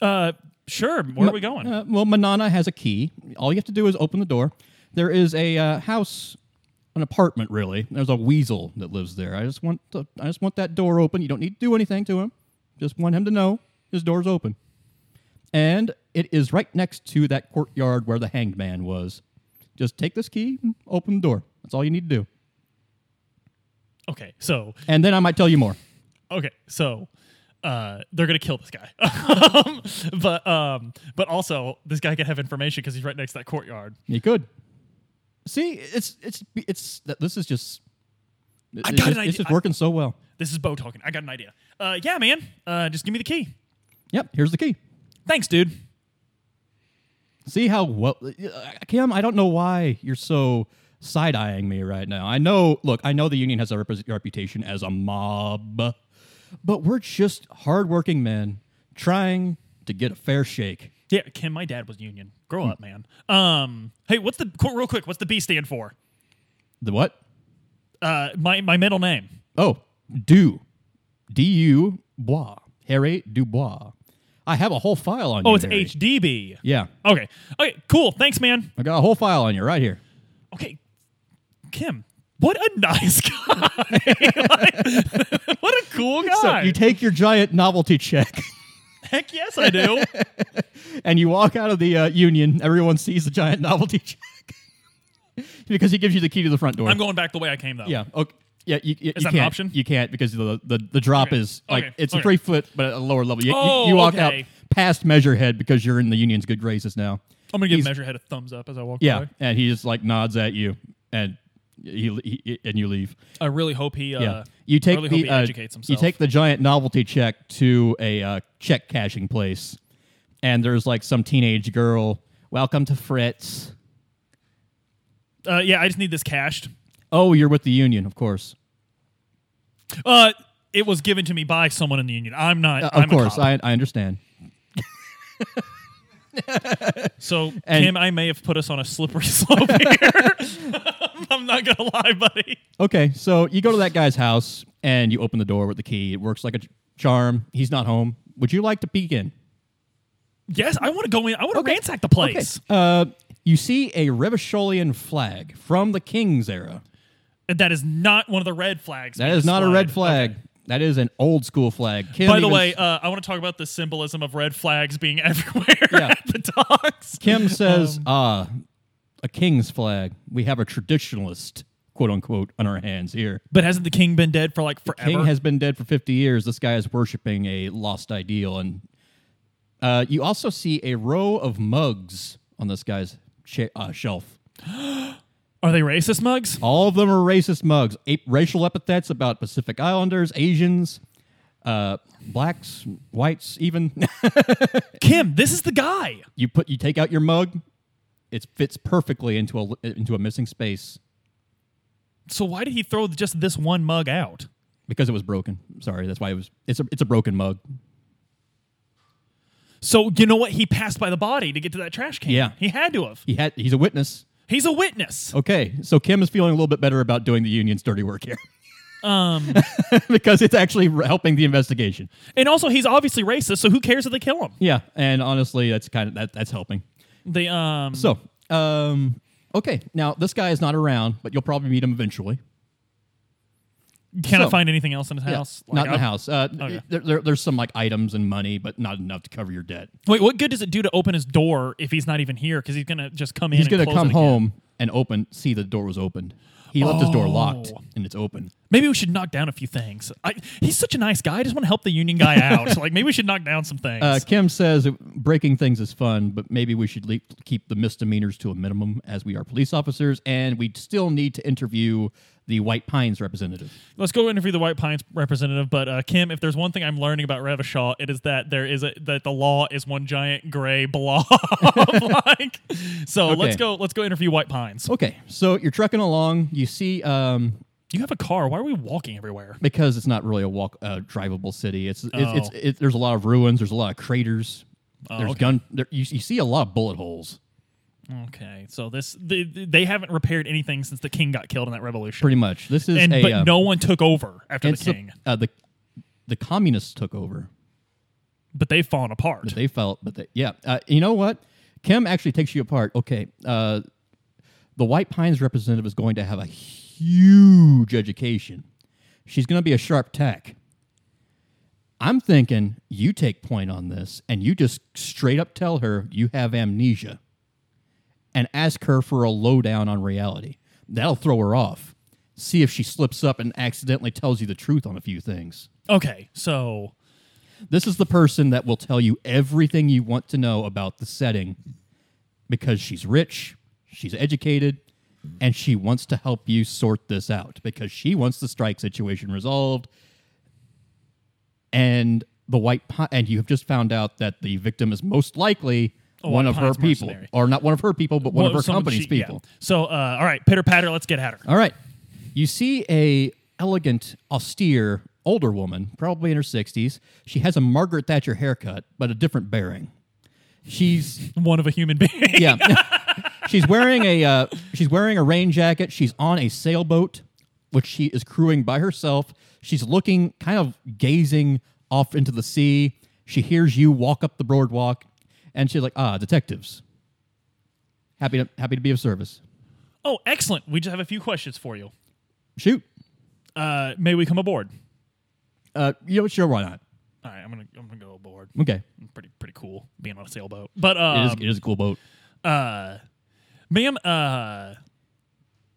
S1: Uh, sure. Where are we going?
S2: Uh, well, Manana has a key. All you have to do is open the door. There is a uh, house, an apartment, really. There's a weasel that lives there. I just want to, I just want that door open. You don't need to do anything to him. Just want him to know his door's open. And it is right next to that courtyard where the hanged man was. Just take this key, and open the door. That's all you need to do.
S1: okay, so
S2: And then I might tell you more.
S1: okay, so uh, they're gonna kill this guy, um, but um, but also this guy could have information because he's right next to that courtyard.
S2: You could. See, it's it's it's this is just.
S1: I
S2: it's
S1: got
S2: just-
S1: an
S2: This
S1: idea.
S2: is working so well.
S1: This is Bo talking. I got an idea. Uh, yeah, man. Uh, just give me the key.
S2: Yep, here's the key.
S1: Thanks, dude.
S2: See how well, uh, Kim. I don't know why you're so side eyeing me right now. I know. Look, I know the union has a repres reputation as a mob, but we're just hardworking men trying to get a fair shake.
S1: Yeah, Kim. My dad was union. Grow up, man. Um, hey, what's the qu- real quick? What's the B stand for?
S2: The what?
S1: Uh, my my middle name.
S2: Oh, Du, D U Bois, Harry Dubois. I have a whole file on you.
S1: Oh, it's
S2: Harry.
S1: HDB.
S2: Yeah,
S1: Okay. Okay. Cool. Thanks, man.
S2: I got a whole file on you right here.
S1: okay, Kim, what a nice guy. Like, what a cool
S2: So
S1: guy.
S2: you take your giant novelty check.
S1: Heck yes, I do.
S2: and you walk out of the uh, union. Everyone sees the giant novelty check because he gives you the key to the front door.
S1: I'm going back the way I came, though.
S2: yeah. Okay. Yeah. You, you,
S1: that
S2: you
S1: an
S2: can't.
S1: option?
S2: You can't because the the, the drop
S1: Okay.
S2: is like
S1: Okay.
S2: it's
S1: Okay.
S2: a three foot, but at a lower level. You, you-
S1: Oh,
S2: you walk
S1: okay.
S2: out past measure head because you're in the union's good graces now.
S1: I'm going to give
S2: He's-
S1: Measurehead a thumbs up as I walk
S2: Yeah,
S1: away.
S2: and he just like nods at you, and he, he and you leave.
S1: I really hope he, uh,
S2: Yeah, you take
S1: really
S2: the
S1: hope he
S2: uh,
S1: educates himself.
S2: you take the giant novelty check to a uh, check cashing place, and there's like some teenage girl. Welcome to Fritz.
S1: uh, yeah, I just need this cashed.
S2: Oh, you're with the union, of course.
S1: Uh, it was given to me by someone in the union. I'm not.
S2: Uh, of
S1: I'm
S2: course,
S1: A cop.
S2: I, I understand.
S1: so,
S2: and-
S1: Kim, I may have put us on a slippery slope here. I'm not going to lie, buddy.
S2: Okay, so you go to that guy's house and you open the door with the key. It works like a ch- charm. He's not home. Would you like to peek in?
S1: Yes, I want to go in. I want to ransack the place.
S2: Uh, you see a Revacholian flag from the King's era.
S1: That is not one of the red flags.
S2: That
S1: being
S2: is not a red
S1: displayed.
S2: flag. That is an old school flag. Kim
S1: By the
S2: even-
S1: way, uh, I want to talk about the symbolism of red flags being everywhere
S2: Yeah.
S1: at the docks.
S2: Kim says, "Ah, a King's flag. We have a traditionalist." "Quote unquote" on our hands here.
S1: But hasn't the king been dead for like forever?
S2: King has been dead for 50 years. This guy is worshiping a lost ideal, and Uh, you also see a row of mugs on this guy's cha- uh, shelf.
S1: Are they racist mugs?
S2: All of them are racist mugs. A- racial epithets about Pacific Islanders, Asians, uh, blacks, whites, even.
S1: Kim, this is the guy.
S2: you put you take out your mug, it fits perfectly into a into a missing space
S1: So why did he throw just this one mug out?
S2: because it was broken. Sorry, that's why it was. It's a it's a broken mug.
S1: So you know what? He passed by the body to get to that trash can.
S2: Yeah.
S1: He had to have.
S2: He had he's a witness.
S1: He's a witness.
S2: Okay, so Kim is feeling a little bit better about doing the union's dirty work here
S1: Um
S2: because it's actually helping the investigation.
S1: and also he's obviously racist, so who cares if they kill him?
S2: Yeah, and honestly, that's kind of that that's helping.
S1: They um
S2: So, um, okay, now this guy is not around, but you'll probably meet him eventually.
S1: can
S2: so-
S1: I find anything else in his
S2: Yeah,
S1: house?
S2: not
S1: Like,
S2: in the
S1: I-
S2: house. Uh,
S1: Okay.
S2: there, there, there's some like items and money, but not enough to cover your debt.
S1: Wait, what good does it do to open his door if he's not even here? Because he's gonna just come in.
S2: He's
S1: and
S2: gonna
S1: close
S2: come
S1: it again.
S2: home and open, see the door was opened. He left his door locked
S1: Oh.
S2: and it's open.
S1: Maybe we should knock down a few things. I, he's such a nice guy. I just want to help the union guy out. so like maybe we should knock down some things.
S2: Uh, Kim says that breaking things is fun, but maybe we should le- keep the misdemeanors to a minimum as we are police officers, and we still need to interview the White Pines representative.
S1: Let's go interview the White Pines representative. But uh, Kim, if there's one thing I'm learning about Revishaw, it is that there is a that the law is one giant gray blob. like, so
S2: Okay. Oh,
S1: let's go. Let's go interview White Pines.
S2: Okay, so you're trucking along. You see, um,
S1: You have a car. Why are we walking everywhere?
S2: because it's not really a walk, uh, drivable city. It's it's, it's,
S1: Oh.
S2: it, there's a lot of ruins. There's a lot of craters. there's
S1: okay.
S2: gun. There, you, you see a lot of bullet holes.
S1: Okay, so this they, they haven't repaired anything since the king got killed in that revolution,
S2: Pretty much. This is
S1: and
S2: a
S1: but
S2: uh,
S1: no one took over after the
S2: it's
S1: king.
S2: uh, the the communists took over.
S1: but they've fallen apart.
S2: They felt, but they, yeah. Uh, you know what? Kim actually takes you apart. Okay. Uh, the White Pines representative is going to have a huge education. She's going to be a sharp tack. I'm thinking you take point on this and you just straight up tell her you have amnesia and ask her for a lowdown on reality. That'll throw her off. See if she slips up and accidentally tells you the truth on a few things.
S1: Okay, so
S2: This is the person that will tell you everything you want to know about the setting because she's rich, she's educated, and she wants to help you sort this out because she wants the strike situation resolved. And the white pi- and you have just found out that the victim is most likely
S1: A
S2: one
S1: White
S2: of her
S1: Pines
S2: people,
S1: mercenary.
S2: or not one of her people, but one
S1: Well,
S2: of her
S1: someone
S2: company's
S1: she- yeah.
S2: people.
S1: So uh, all right, pitter patter, let's get at her.
S2: All right. You see a elegant, austere older woman, probably in her 60s. She has a Margaret Thatcher haircut, but a different bearing. She's
S1: One of a human being.
S2: Uh-huh. yeah. she's wearing a uh, she's wearing a rain jacket. She's on a sailboat which she is crewing by herself. She's looking kind of gazing off into the sea. She hears you walk up the boardwalk and she's like, "Ah, detectives. Happy to happy to be of service."
S1: Oh, excellent. We just have a few questions for you.
S2: Shoot.
S1: Uh, may we come aboard?
S2: Uh, you know, sure why not?
S1: All right, I'm gonna I'm gonna go aboard.
S2: Okay.
S1: Pretty pretty cool being on a sailboat. But
S2: It
S1: um,
S2: is, it is a cool boat.
S1: uh, ma'am, uh,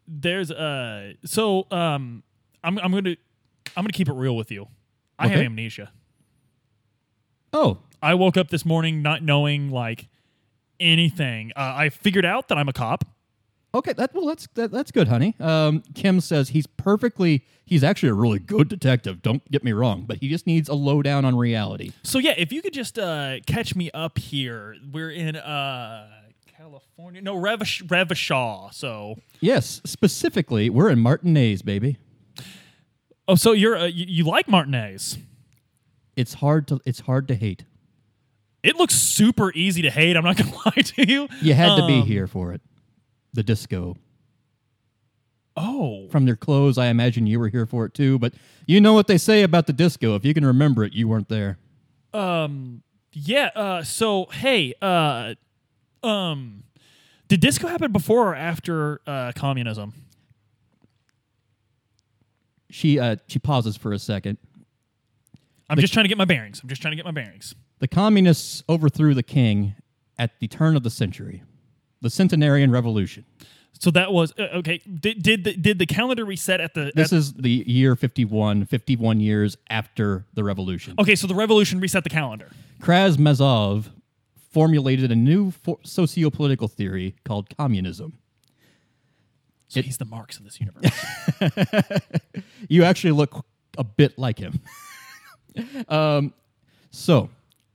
S1: there's uh, so um, I'm I'm gonna I'm gonna keep it real with you. I have
S2: Okay.
S1: amnesia.
S2: Oh,
S1: I woke up this morning not knowing like anything. Uh, I figured out that I'm a cop.
S2: okay. That well, that's that, that's good, honey. Um, Kim says he's perfectly. He's actually a really good detective. Don't get me wrong, but he just needs a lowdown on reality.
S1: So yeah, if you could just uh, catch me up here, we're in uh, California. No, Revish- Revishaw. So
S2: Yes, specifically, we're in Martinez, baby.
S1: oh, so you're uh, you, you like Martinez?
S2: It's hard to it's hard to hate.
S1: It looks super easy to hate. I'm not gonna lie to you.
S2: You had to be
S1: Um,
S2: here for it. The disco.
S1: Oh,
S2: From their clothes, I imagine you were here for it too. But you know what they say about the disco. If you can remember it, you weren't there.
S1: um, yeah. Uh, so hey, uh, um, did disco happen before or after uh, communism?
S2: She uh, she pauses for a second.
S1: I'm just trying to get my bearings. I'm just trying to get my bearings.
S2: The communists overthrew the king at the turn of the century, the centenarian revolution.
S1: So that was uh, okay. Did did the, did the calendar reset at the?
S2: This
S1: at-
S2: is the year 51, 51 years after the revolution.
S1: Oh. okay, so the revolution reset the calendar.
S2: Krasmazov formulated a new fo- sociopolitical theory called communism.
S1: So he's the Marx of this universe.
S2: You actually look a bit like him. um, so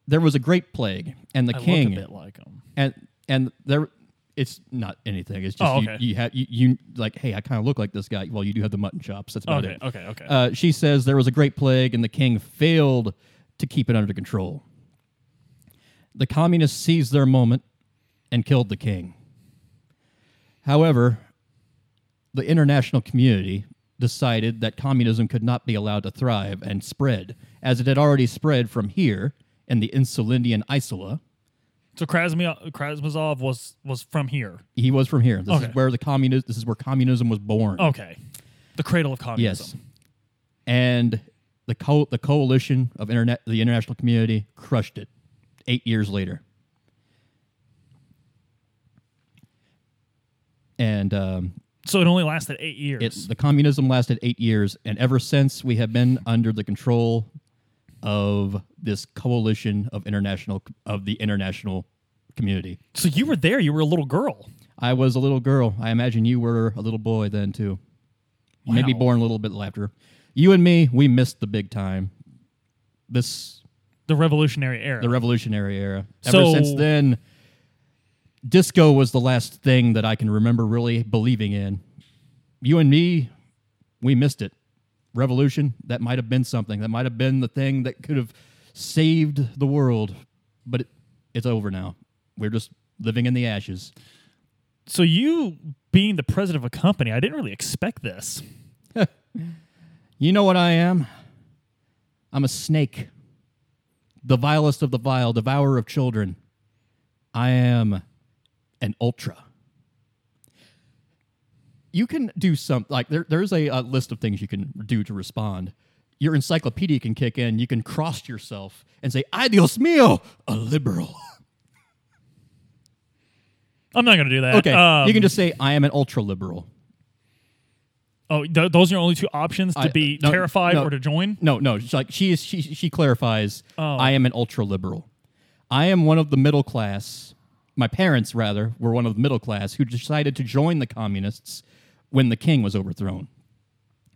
S2: there was a great plague, and the
S1: I
S2: king
S1: look a bit like him.
S2: and and there it's not anything. It's just
S1: Oh,
S2: you-
S1: okay.
S2: you, have you, you like hey, I kind of look like this guy. Well, you do have the mutton chops. That's about
S1: Okay,
S2: it.
S1: okay, okay.
S2: Uh, she says there was a great plague, and the king failed to keep it under control. The communists seized their moment and killed the king. However, the international community decided that communism could not be allowed to thrive and spread, as it had already spread from here in the Insulindian Isola.
S1: so Krasmi- Krasmazov was was from here.
S2: He was from here. This
S1: Okay. Oh,
S2: is where the communist. This is where communism was born.
S1: Okay, the cradle of communism.
S2: yes, and the co- the coalition of internet the international community crushed it. Eight years later, and um,
S1: So it only lasted eight years.
S2: it the communism lasted eight years, and ever since we have been under the control of this coalition of international of the international community.
S1: so you were there. You were a little girl.
S2: I was a little girl. I imagine you were a little boy then too. Maybe
S1: Wow.
S2: born a little bit after. You and me, we missed the big time. This
S1: The revolutionary era.
S2: the revolutionary era. Ever
S1: So-
S2: since then, disco was the last thing that I can remember really believing in. You and me, we missed it. Revolution, that might have been something. That might have been the thing that could have saved the world. But it, it's over now. We're just living in the ashes.
S1: so you being the president of a company, I didn't really expect this.
S2: You know what I am? I'm a snake. The vilest of the vile, devourer of children. I am an ultra. You can do some like there, there's a, uh list of things you can do to respond. Your encyclopedia can kick in. You can cross yourself and say, "Ideos mio, a liberal."
S1: I'm not going to do that.
S2: Okay,
S1: Um,
S2: you can just say, "I am an ultra liberal."
S1: Oh, th- those are your only two options to
S2: I-
S1: be
S2: no,
S1: terrified
S2: no.
S1: or to join.
S2: No, no. She's like she is. She she clarifies. I am an ultra liberal. I am one of the middle class. My parents, rather, were one of the middle class who decided to join the communists when the king was overthrown.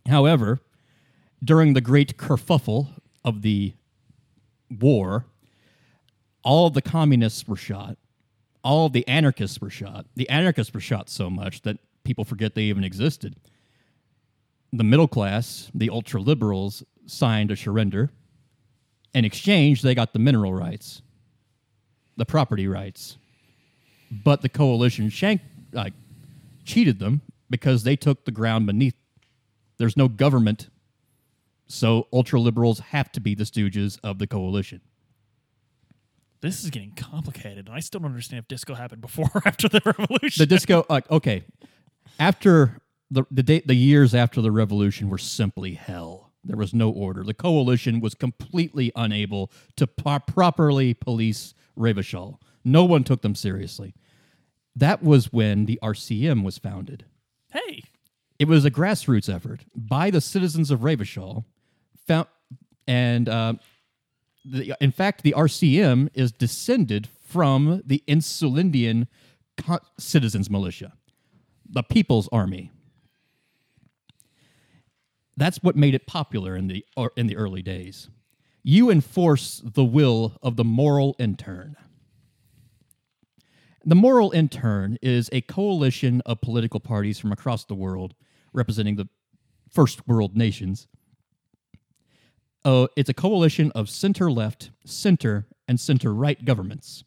S2: However, during the great kerfuffle of the war, all the communists were shot. All the anarchists were shot. The anarchists were shot so much that people forget they even existed the middle class, the ultra liberals, signed a surrender. In exchange, they got the mineral rights, the property rights. But the coalition shank, like, cheated them because they took the ground beneath. There's no government, so ultra liberals have to be the stooges of the coalition.
S1: This is getting complicated, and I still don't understand if disco happened before or after the revolution.
S2: the disco like okay after the the day, the years after the revolution were simply hell there was no order the coalition was completely unable to pro- properly police revachol no one took them seriously that was when the rcm was founded
S1: hey,
S2: it was a grassroots effort by the citizens of Ravishall, found, and uh, the, in fact, the RCM is descended from the Insulindian co- citizens militia, the People's Army. That's what made it popular in the or in the early days. You enforce the will of the moral intern. The Moral Intern is a coalition of political parties from across the world representing the first world nations. Uh, it's a coalition of center left, center, and center right governments,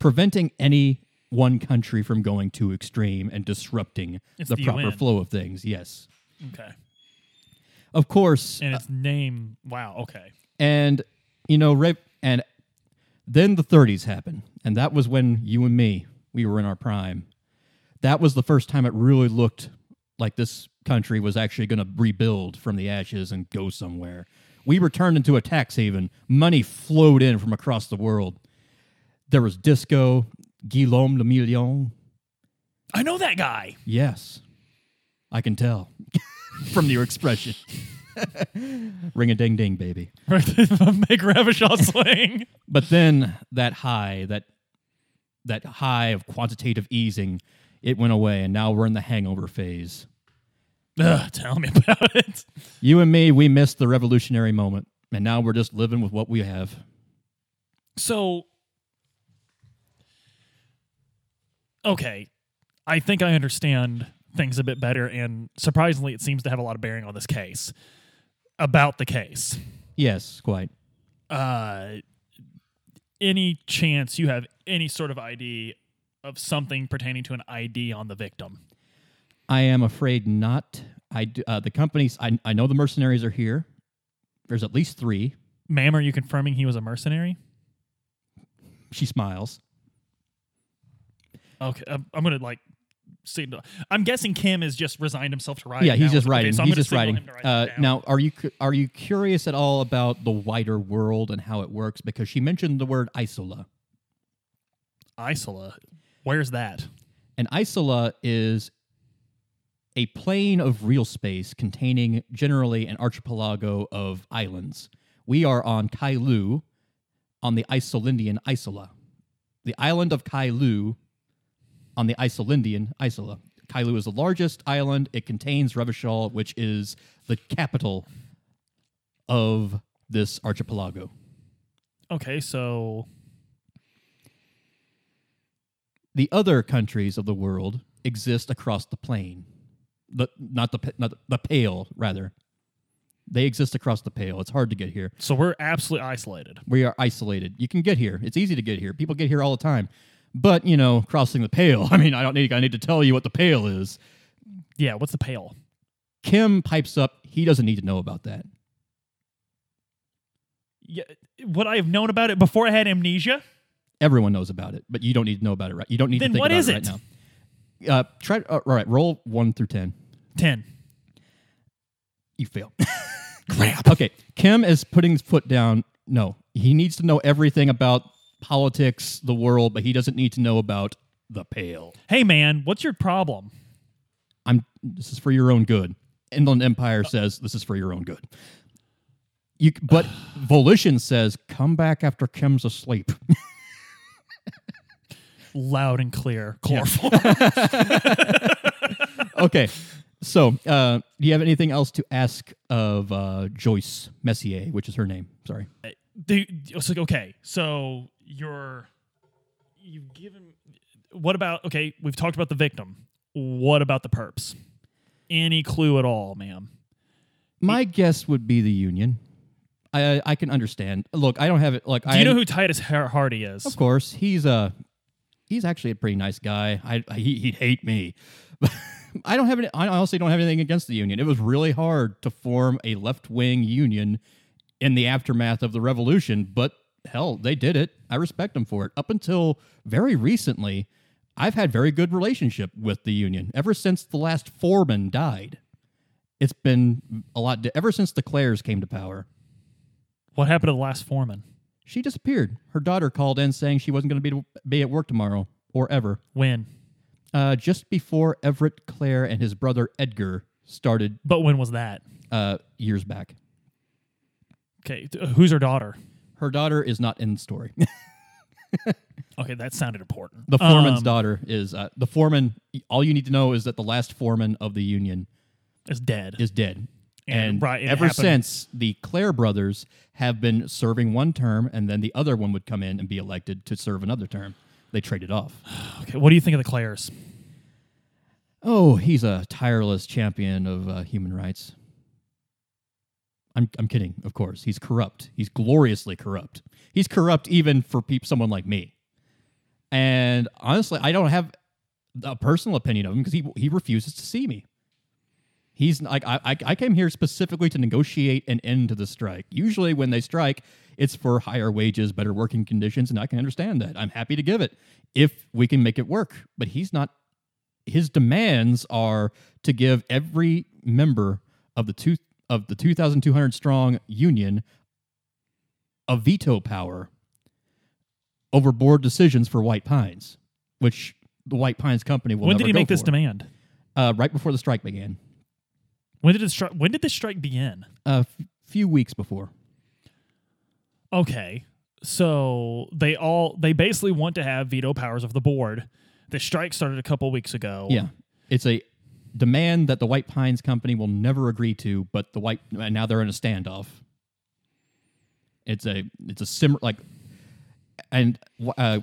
S2: preventing any one country from going too extreme and disrupting
S1: It's
S2: the,
S1: the
S2: proper
S1: UN.
S2: flow of things. Yes.
S1: okay,
S2: Of course,
S1: and its name. Wow, okay.
S2: and you know right and then the 30s happened and that was when you and me we were in our prime that was the first time it really looked like this country was actually going to rebuild from the ashes and go somewhere we were turned into a tax haven money flowed in from across the world there was disco guillaume le million
S1: I know that guy.
S2: Yes, I can tell from your expression. Ring a ding ding, baby.
S1: Make Ravishaw swing.
S2: But then that high, that that high of quantitative easing, it went away, and now we're in the hangover phase.
S1: Ugh, tell me about it.
S2: You and me, we missed the revolutionary moment, and now we're just living with what we have.
S1: So, okay, I think I understand things a bit better, and surprisingly, it seems to have a lot of bearing on this case. About the case,
S2: Yes, quite.
S1: uh, any chance you have any sort of ID of something pertaining to an ID on the victim?
S2: I am afraid not. I do, uh, the companies. I, I know the mercenaries are here. There's at least three.
S1: Ma'am, are you confirming he was a mercenary?
S2: She smiles.
S1: Okay, I'm, I'm gonna like. See, I'm guessing Kim has just resigned himself to writing.
S2: yeah, he's
S1: now.
S2: just
S1: Okay,
S2: writing.
S1: so I'm
S2: he's
S1: gonna
S2: just
S1: signal
S2: writing.
S1: him to write
S2: Uh,
S1: that down.
S2: now, are you cu- are you curious at all about the wider world and how it works? Because she mentioned the word isola,
S1: Isola, where's that?
S2: and isola is a plane of real space containing generally an archipelago of islands. We are on Kailu, on the Isolindian isola, the island of Kailu, on the Isolindian isola. Kailu is the largest island. It contains Revachol, which is the capital of this archipelago.
S1: Okay, so
S2: The other countries of the world exist across the plane, the, not the pa- not the, the pale rather. They exist across the pale. It's hard to get here.
S1: so we're absolutely isolated.
S2: We are isolated. You can get here. It's easy to get here. People get here all the time. But you know, crossing the pale. I mean, I don't need I need to tell you what the pale is.
S1: Yeah, what's the pale?
S2: Kim pipes up. He doesn't need to know about that.
S1: Yeah, would I have known about it before I had amnesia?
S2: Everyone knows about it, but you don't need to know about it right. You don't need
S1: Then
S2: to think
S1: what
S2: about
S1: is
S2: it right now. Uh, try. Uh, all right, roll one through ten.
S1: Ten.
S2: You fail. Crap. Okay, Kim is putting his foot down. No, he needs to know everything about politics, the world, but he doesn't need to know about the pale.
S1: Hey man, what's your problem?
S2: I'm this is for your own good. Inland Empire says this is for your own good. You c- but Volition says come back after Kim's asleep.
S1: Loud and clear. Chloroform.
S2: okay. So, uh, do you have anything else to ask of uh, Joyce Messier, which is her name? Sorry.
S1: Do, it's like, okay, so you're you've given. What about? Okay, we've talked about the victim. What about the perps? Any clue at all, ma'am?
S2: My guess would be the union. I I can understand. Look, I don't have it. Like,
S1: Do
S2: I
S1: you know who Titus Har- Hardy is?
S2: Of course, he's a he's actually a pretty nice guy. I, I he, he'd hate me. But I don't have any, I honestly don't have anything against the union. It was really hard to form a left wing union in the aftermath of the revolution, but hell, they did it. I respect them for it. Up until very recently, I've had very good relationship with the union ever since the last foreman died. It's been a lot di- ever since the Clares came to power.
S1: What happened to the last foreman?
S2: She disappeared. Her daughter called in saying she wasn't going to be, be at work tomorrow or ever.
S1: When?
S2: Uh, just before Everett Clare and his brother Edgar started
S1: But when was that?
S2: uh, years back.
S1: Okay, t- who's her daughter?
S2: Her daughter is not in the story.
S1: Okay, that sounded important.
S2: the foreman's
S1: Um,
S2: daughter is uh, the foreman. All you need to know is that the last foreman of the union
S1: is dead.
S2: is dead.
S1: And
S2: And,
S1: right, it
S2: ever
S1: happened-
S2: since, the Clare brothers have been serving one term, and then the other one would come in and be elected to serve another term. They traded off.
S1: okay, what do you think of the Clares?
S2: Oh, he's a tireless champion of uh, human rights. I'm, I'm kidding, of course. He's corrupt. He's gloriously corrupt. He's corrupt even for peop- someone like me. And honestly, I don't have a personal opinion of him because he, he refuses to see me. He's like, I, I, I came here specifically to negotiate an end to the strike. Usually, when they strike, it's for higher wages, better working conditions, and I can understand that. I'm happy to give it if we can make it work. But he's not his demands are to give every member of the two of the 2200 strong union a veto power over board decisions for White Pines, which the White Pines company will
S1: when
S2: never
S1: did he
S2: go
S1: make this
S2: for.
S1: demand?
S2: Uh, right before the strike began,
S1: When did the strike? When did the strike begin?
S2: a f- few weeks before.
S1: Okay, So they all they basically want to have veto powers of the board. The strike started a couple weeks ago.
S2: Yeah. It's a demand that the White Pines Company will never agree to, but the White and now they're in a standoff. It's a it's a simmer like, and uh,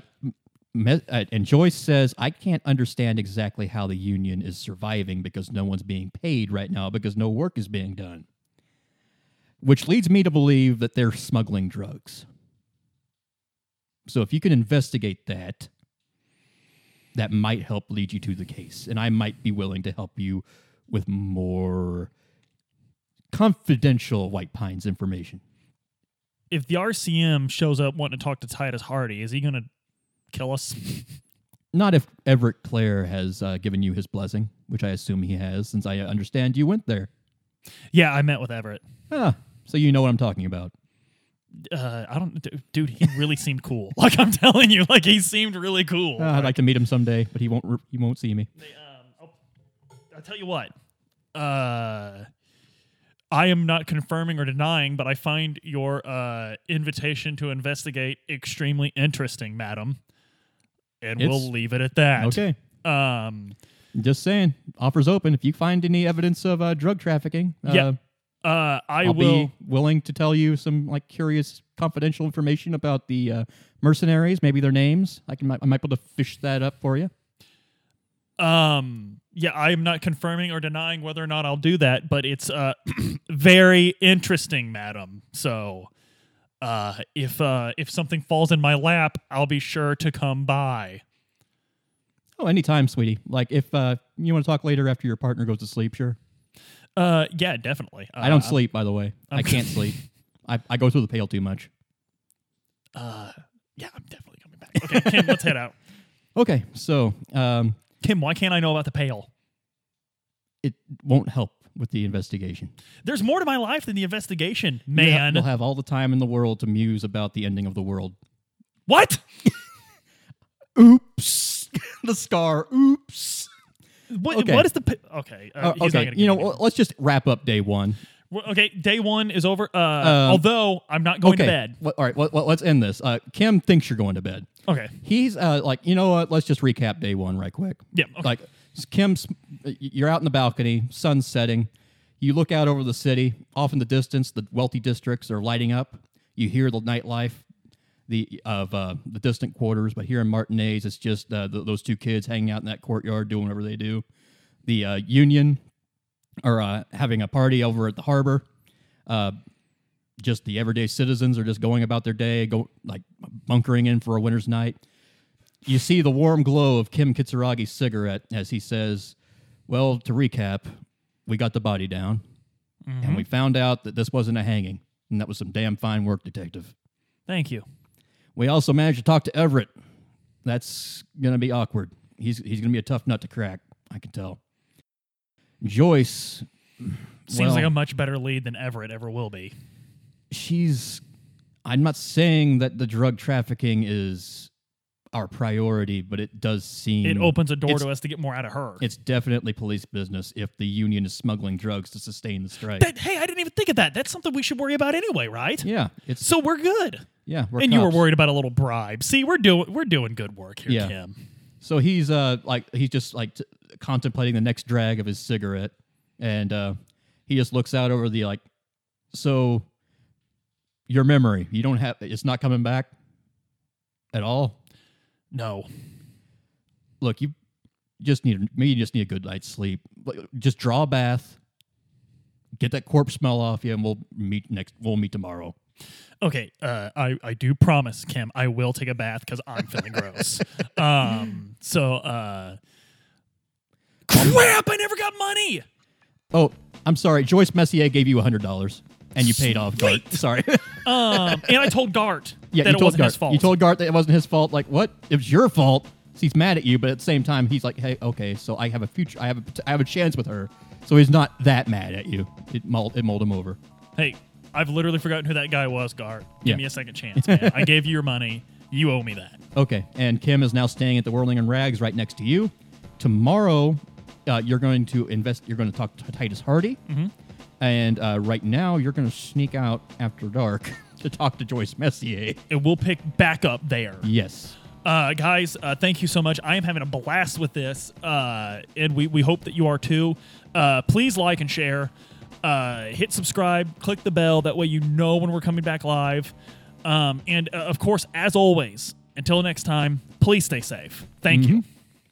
S2: me, uh, and Joyce says I can't understand exactly how the union is surviving because no one's being paid right now because no work is being done, which leads me to believe that they're smuggling drugs. So if you can investigate that, that might help lead you to the case. And I might be willing to help you with more confidential White Pines information.
S1: If the RCM shows up wanting to talk to Titus Hardy, is he going to kill us?
S2: Not if Everett Clare has uh, given you his blessing, which I assume he has, since I understand you went there.
S1: yeah, I met with Everett.
S2: Ah, so you know what I'm talking about.
S1: Uh, I don't, d- dude. He really seemed cool. Like I'm telling you, like he seemed really cool.
S2: Ah, I'd like to meet him someday, but he won't. Re- he won't see me.
S1: um, I'll, I'll tell you what. Uh, I am not confirming or denying, but I find your uh, invitation to investigate extremely interesting, madam. And
S2: It's-
S1: we'll leave it at that.
S2: Okay,
S1: Um,
S2: just saying. Offers open. If you find any evidence of uh, drug trafficking, uh,
S1: yeah. Uh, I
S2: I'll
S1: will.
S2: be willing to tell you some like curious confidential information about the uh, mercenaries, maybe their names. I can I might be able to fish that up for you.
S1: Um, yeah, I am not confirming or denying whether or not I'll do that, but it's uh very interesting, madam. So, uh, if uh if something falls in my lap, I'll be sure to come by.
S2: Oh, anytime, sweetie. Like if uh, you want to talk later after your partner goes to sleep, sure.
S1: Uh, yeah, definitely. Uh,
S2: I don't sleep, by the way. I
S1: I'm-
S2: can't sleep. I, I go through the pail too much.
S1: Uh, yeah, I'm definitely coming back. Okay, Kim, let's head out.
S2: Okay, so um,
S1: Kim, why can't I know about the pail?
S2: it won't help with the investigation.
S1: There's more to my life than the investigation,
S2: You'll ha-
S1: man.
S2: you'll have all the time in the world to muse about the ending of the world.
S1: what?
S2: Oops, the scar. Oops.
S1: What?
S2: Okay.
S1: What is the? Pa- okay. Uh,
S2: Uh,
S1: he's not
S2: okay,
S1: gonna
S2: you
S1: give
S2: know,
S1: me-
S2: let's just wrap up day one.
S1: Well, okay. Day one is over. Uh, although I'm not going
S2: Um, okay.
S1: to bed.
S2: Well, all right. Well, well, let's end this. Uh, Kim thinks you're going to bed.
S1: Okay.
S2: He's uh, like, you know what? Let's just recap day one right quick.
S1: Yeah, okay.
S2: Like, s- Kim's, uh, you're out in the balcony, sun's setting. You look out over the city. Off in the distance, the wealthy districts are lighting up. You hear the nightlife the of uh, the distant quarters, but here in Martinez, it's just uh, th- those two kids hanging out in that courtyard doing whatever they do. The uh, union are uh, having a party over at the harbor. Uh, just the everyday citizens are just going about their day, go like bunkering in for a winter's night. You see the warm glow of Kim Kitsuragi's cigarette as he says, "Well, to recap, we got the body down,
S1: Mm-hmm.
S2: and we found out that this wasn't a hanging, and that was some damn fine work, detective."
S1: Thank you.
S2: We also managed to talk to Everett. That's going to be awkward. He's, he's going to be a tough nut to crack. I can tell. Joyce,
S1: Seems like
S2: Well-
S1: a much better lead than Everett ever will be.
S2: she's. I'm not saying that the drug trafficking is our priority, but it does seem.
S1: It opens a door
S2: it's-
S1: to us to get more out of her.
S2: It's definitely police business if the union is smuggling drugs to sustain the strike.
S1: That- hey, I didn't even think of that. That's something we should worry about anyway, right?
S2: yeah, it's
S1: So we're good.
S2: yeah. We're
S1: and you were
S2: cops.
S1: worried about a little bribe. See, we're doing we're doing good work here,
S2: Yeah.
S1: Kim.
S2: So he's uh like he's just like t- contemplating the next drag of his cigarette, and uh, he just looks out over the like. So, your memory, you don't have it's not coming back at all.
S1: No.
S2: Look, you just need maybe you just need a good night's sleep. Like, Just draw a bath, get that corpse smell off you, and we'll meet next. We'll meet tomorrow.
S1: Okay, uh, I I do promise, Kim, I will take a bath because I'm feeling gross. Um, so uh, crap, I never got money.
S2: Oh, I'm sorry, Joyce Messier gave you hundred dollars, and you paid off. Dart.
S1: Sweet.
S2: Sorry.
S1: Um, and I told Dart
S2: Yeah,
S1: that
S2: you
S1: it
S2: told
S1: wasn't
S2: Gart.
S1: his fault.
S2: You told Gart that it wasn't his fault. Like, what? It was your fault. So he's mad at you, but at the same time, he's like, "Hey, okay, so I have a future. I have a, I have a chance with her." So he's not that mad at you. It mulled, it mulled him over.
S1: Hey, I've literally forgotten who that guy was, Gart. Give
S2: Yeah.
S1: me a second chance, man. I gave you your money. You owe me that.
S2: Okay, and Kim is now staying at the Whirling and Rags right next to you. Tomorrow, uh, you're going to invest. You're going to
S1: Mm-hmm.
S2: talk to Titus Hardy, and uh, right now you're going to sneak out after dark to talk to Joyce Messier.
S1: and we'll pick back up there.
S2: Yes.
S1: Uh, guys, uh, thank you so much. I am having a blast with this, uh, and we, we hope that you are too. Uh, please like and share. Uh, hit subscribe, click the bell. That way you know when we're coming back live. Um, and uh, of course, as always, until next time, please stay safe. Thank you.